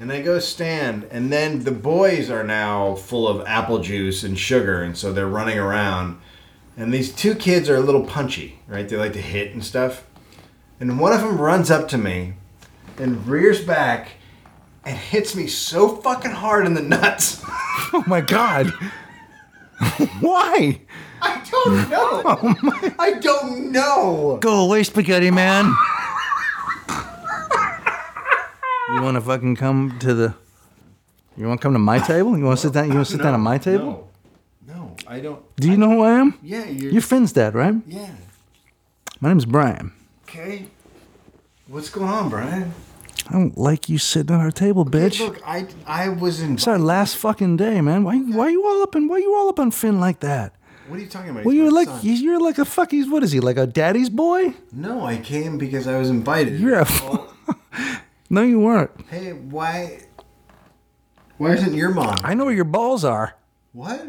Speaker 1: And I go stand, and then the boys are now full of apple juice and sugar, and so they're running around. And these two kids are a little punchy, right? They like to hit and stuff. And one of them runs up to me and rears back and hits me so fucking hard in the nuts.
Speaker 2: oh my god! Why?
Speaker 1: I don't know. I don't know.
Speaker 2: Go away, spaghetti man. you want to fucking come to the? You want to come to my table? You want to sit down? You want to sit down at my table?
Speaker 1: No, no, I don't.
Speaker 2: Do you know who I am?
Speaker 1: Yeah, you're.
Speaker 2: Your friend's dad, right?
Speaker 1: yeah.
Speaker 2: My name's Brian.
Speaker 1: Okay. What's going on, Brian?
Speaker 2: I don't like you sitting at our table, bitch.
Speaker 1: Look, I I was in.
Speaker 2: It's our last fucking day, man. Why, why you all up and why you all up on Finn like that?
Speaker 1: What are you talking about?
Speaker 2: Well,
Speaker 1: He's
Speaker 2: you're
Speaker 1: my
Speaker 2: like
Speaker 1: son.
Speaker 2: you're like a fuck. He's what is he like a daddy's boy?
Speaker 1: No, I came because I was invited.
Speaker 2: You're a. no, you weren't.
Speaker 1: Hey, why? Why isn't your mom?
Speaker 2: I know where your balls are.
Speaker 1: What?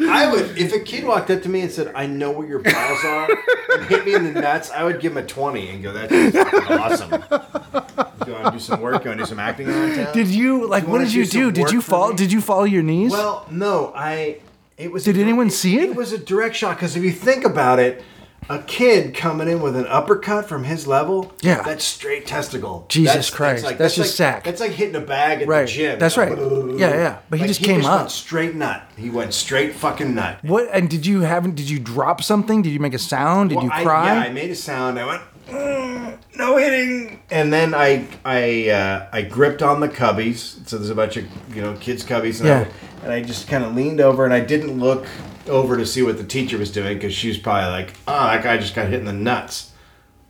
Speaker 1: I would, if a kid walked up to me and said, "I know where your balls are," and hit me in the nuts, I would give him a twenty and go, "That's fucking awesome." Do you want to do some work? Do you want to do some acting around town?
Speaker 2: Did you like?
Speaker 1: You
Speaker 2: what
Speaker 1: wanna
Speaker 2: did you
Speaker 1: do some
Speaker 2: do? Did
Speaker 1: work
Speaker 2: you
Speaker 1: for
Speaker 2: fall?
Speaker 1: me?
Speaker 2: Did you fall your knees?
Speaker 1: Well, no, I. It was.
Speaker 2: Did anyone see it?
Speaker 1: It was a direct shot because if you think about it, a kid coming in with an uppercut from his level,
Speaker 2: Yeah.
Speaker 1: that's straight testicle.
Speaker 2: Jesus Christ, that's just
Speaker 1: like,
Speaker 2: sack.
Speaker 1: That's like hitting a bag at
Speaker 2: Right,
Speaker 1: the gym.
Speaker 2: that's right. Yeah, yeah, but he just came up.
Speaker 1: went straight nut. He went straight fucking nut.
Speaker 2: what? And did you have? Did you drop something? Did you make a sound? Did you
Speaker 1: I-
Speaker 2: cry?
Speaker 1: yeah, I made a sound. I went, "Mm, no hitting. And then I I uh, I gripped on the cubbies. So there's a bunch of you know kids cubbies. And,
Speaker 2: Yeah.
Speaker 1: I, and I just kind of leaned over and I didn't look over to see what the teacher was doing because she was probably like, oh, that guy just got hit in the nuts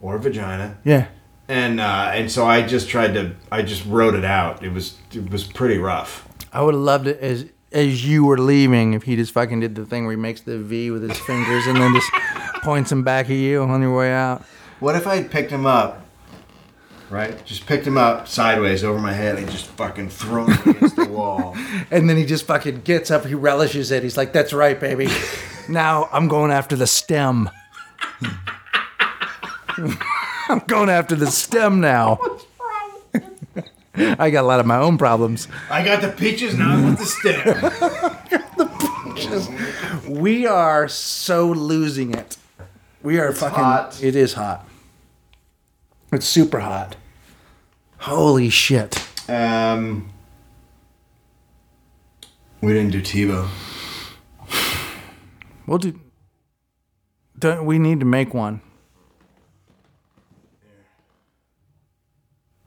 Speaker 1: or vagina.
Speaker 2: Yeah.
Speaker 1: And uh, and so I just tried to I just wrote it out. It was it was pretty rough.
Speaker 2: I would have loved it as as you were leaving if he just fucking did the thing where he makes the V with his fingers and then just points him back at you on your way out.
Speaker 1: What if I had picked him up, right? Just picked him up sideways over my head and just fucking thrown him against the wall.
Speaker 2: And then he just fucking gets up. He relishes it. He's like, "That's right, baby. now I'm going after the stem. I'm going after the stem now." I got a lot of my own problems.
Speaker 1: I got the peaches, now I want the stem.
Speaker 2: We are so losing it. We are fucking.
Speaker 1: hot.
Speaker 2: It is hot. It's super hot. Holy shit!
Speaker 1: um, we didn't do Tebow.
Speaker 2: We'll do. Don't we need to make one?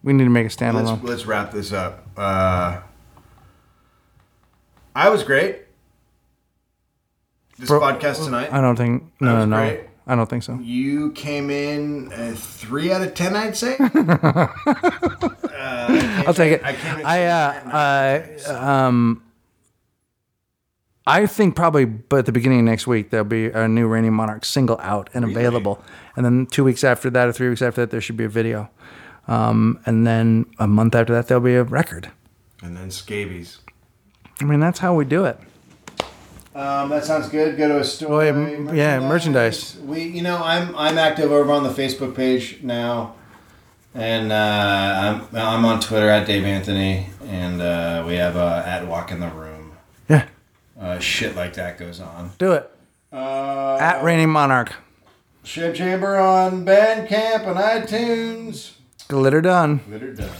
Speaker 2: We need to make a
Speaker 1: Let's,
Speaker 2: standalone.
Speaker 1: let's wrap this up. Uh, I was great. this
Speaker 2: Bro-
Speaker 1: podcast tonight.
Speaker 2: I don't think.
Speaker 1: That
Speaker 2: No,
Speaker 1: was
Speaker 2: no,
Speaker 1: great.
Speaker 2: I don't think so.
Speaker 1: You came in uh, three out of ten, I'd say.
Speaker 2: I'll take it.
Speaker 1: I came in-
Speaker 2: I uh, uh, um, I think probably, but at the beginning of next week there'll be a new Reigning Monarch single out and available, and then two weeks after that or three weeks after that there should be a video, um, and then a month after that there'll be a record.
Speaker 1: and then scabies.
Speaker 2: I mean that's how we do it.
Speaker 1: Um, that sounds good. Go to a store.
Speaker 2: Oh, yeah, m- yeah, merchandise.
Speaker 1: We, you know, I'm I'm active over on the Facebook page now, and uh, I'm I'm on Twitter at Dave Anthony, and uh, we have uh, at Walk in the Room.
Speaker 2: Yeah,
Speaker 1: Uh, shit like that goes on.
Speaker 2: do it
Speaker 1: Uh,
Speaker 2: at Reigning Monarch.
Speaker 1: Shib Chamber on Bandcamp and iTunes.
Speaker 2: Glitter done.
Speaker 1: Glitter done.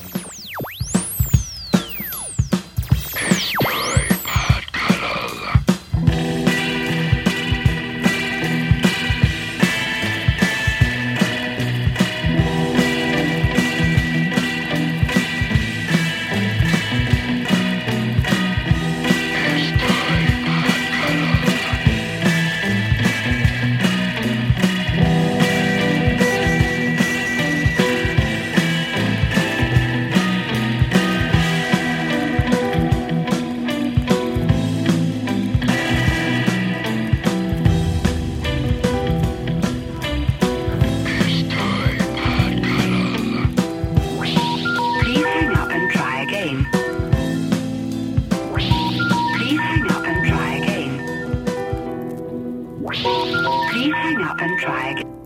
Speaker 3: Please hang up and try again. Please hang up and try again. Please hang up and try again.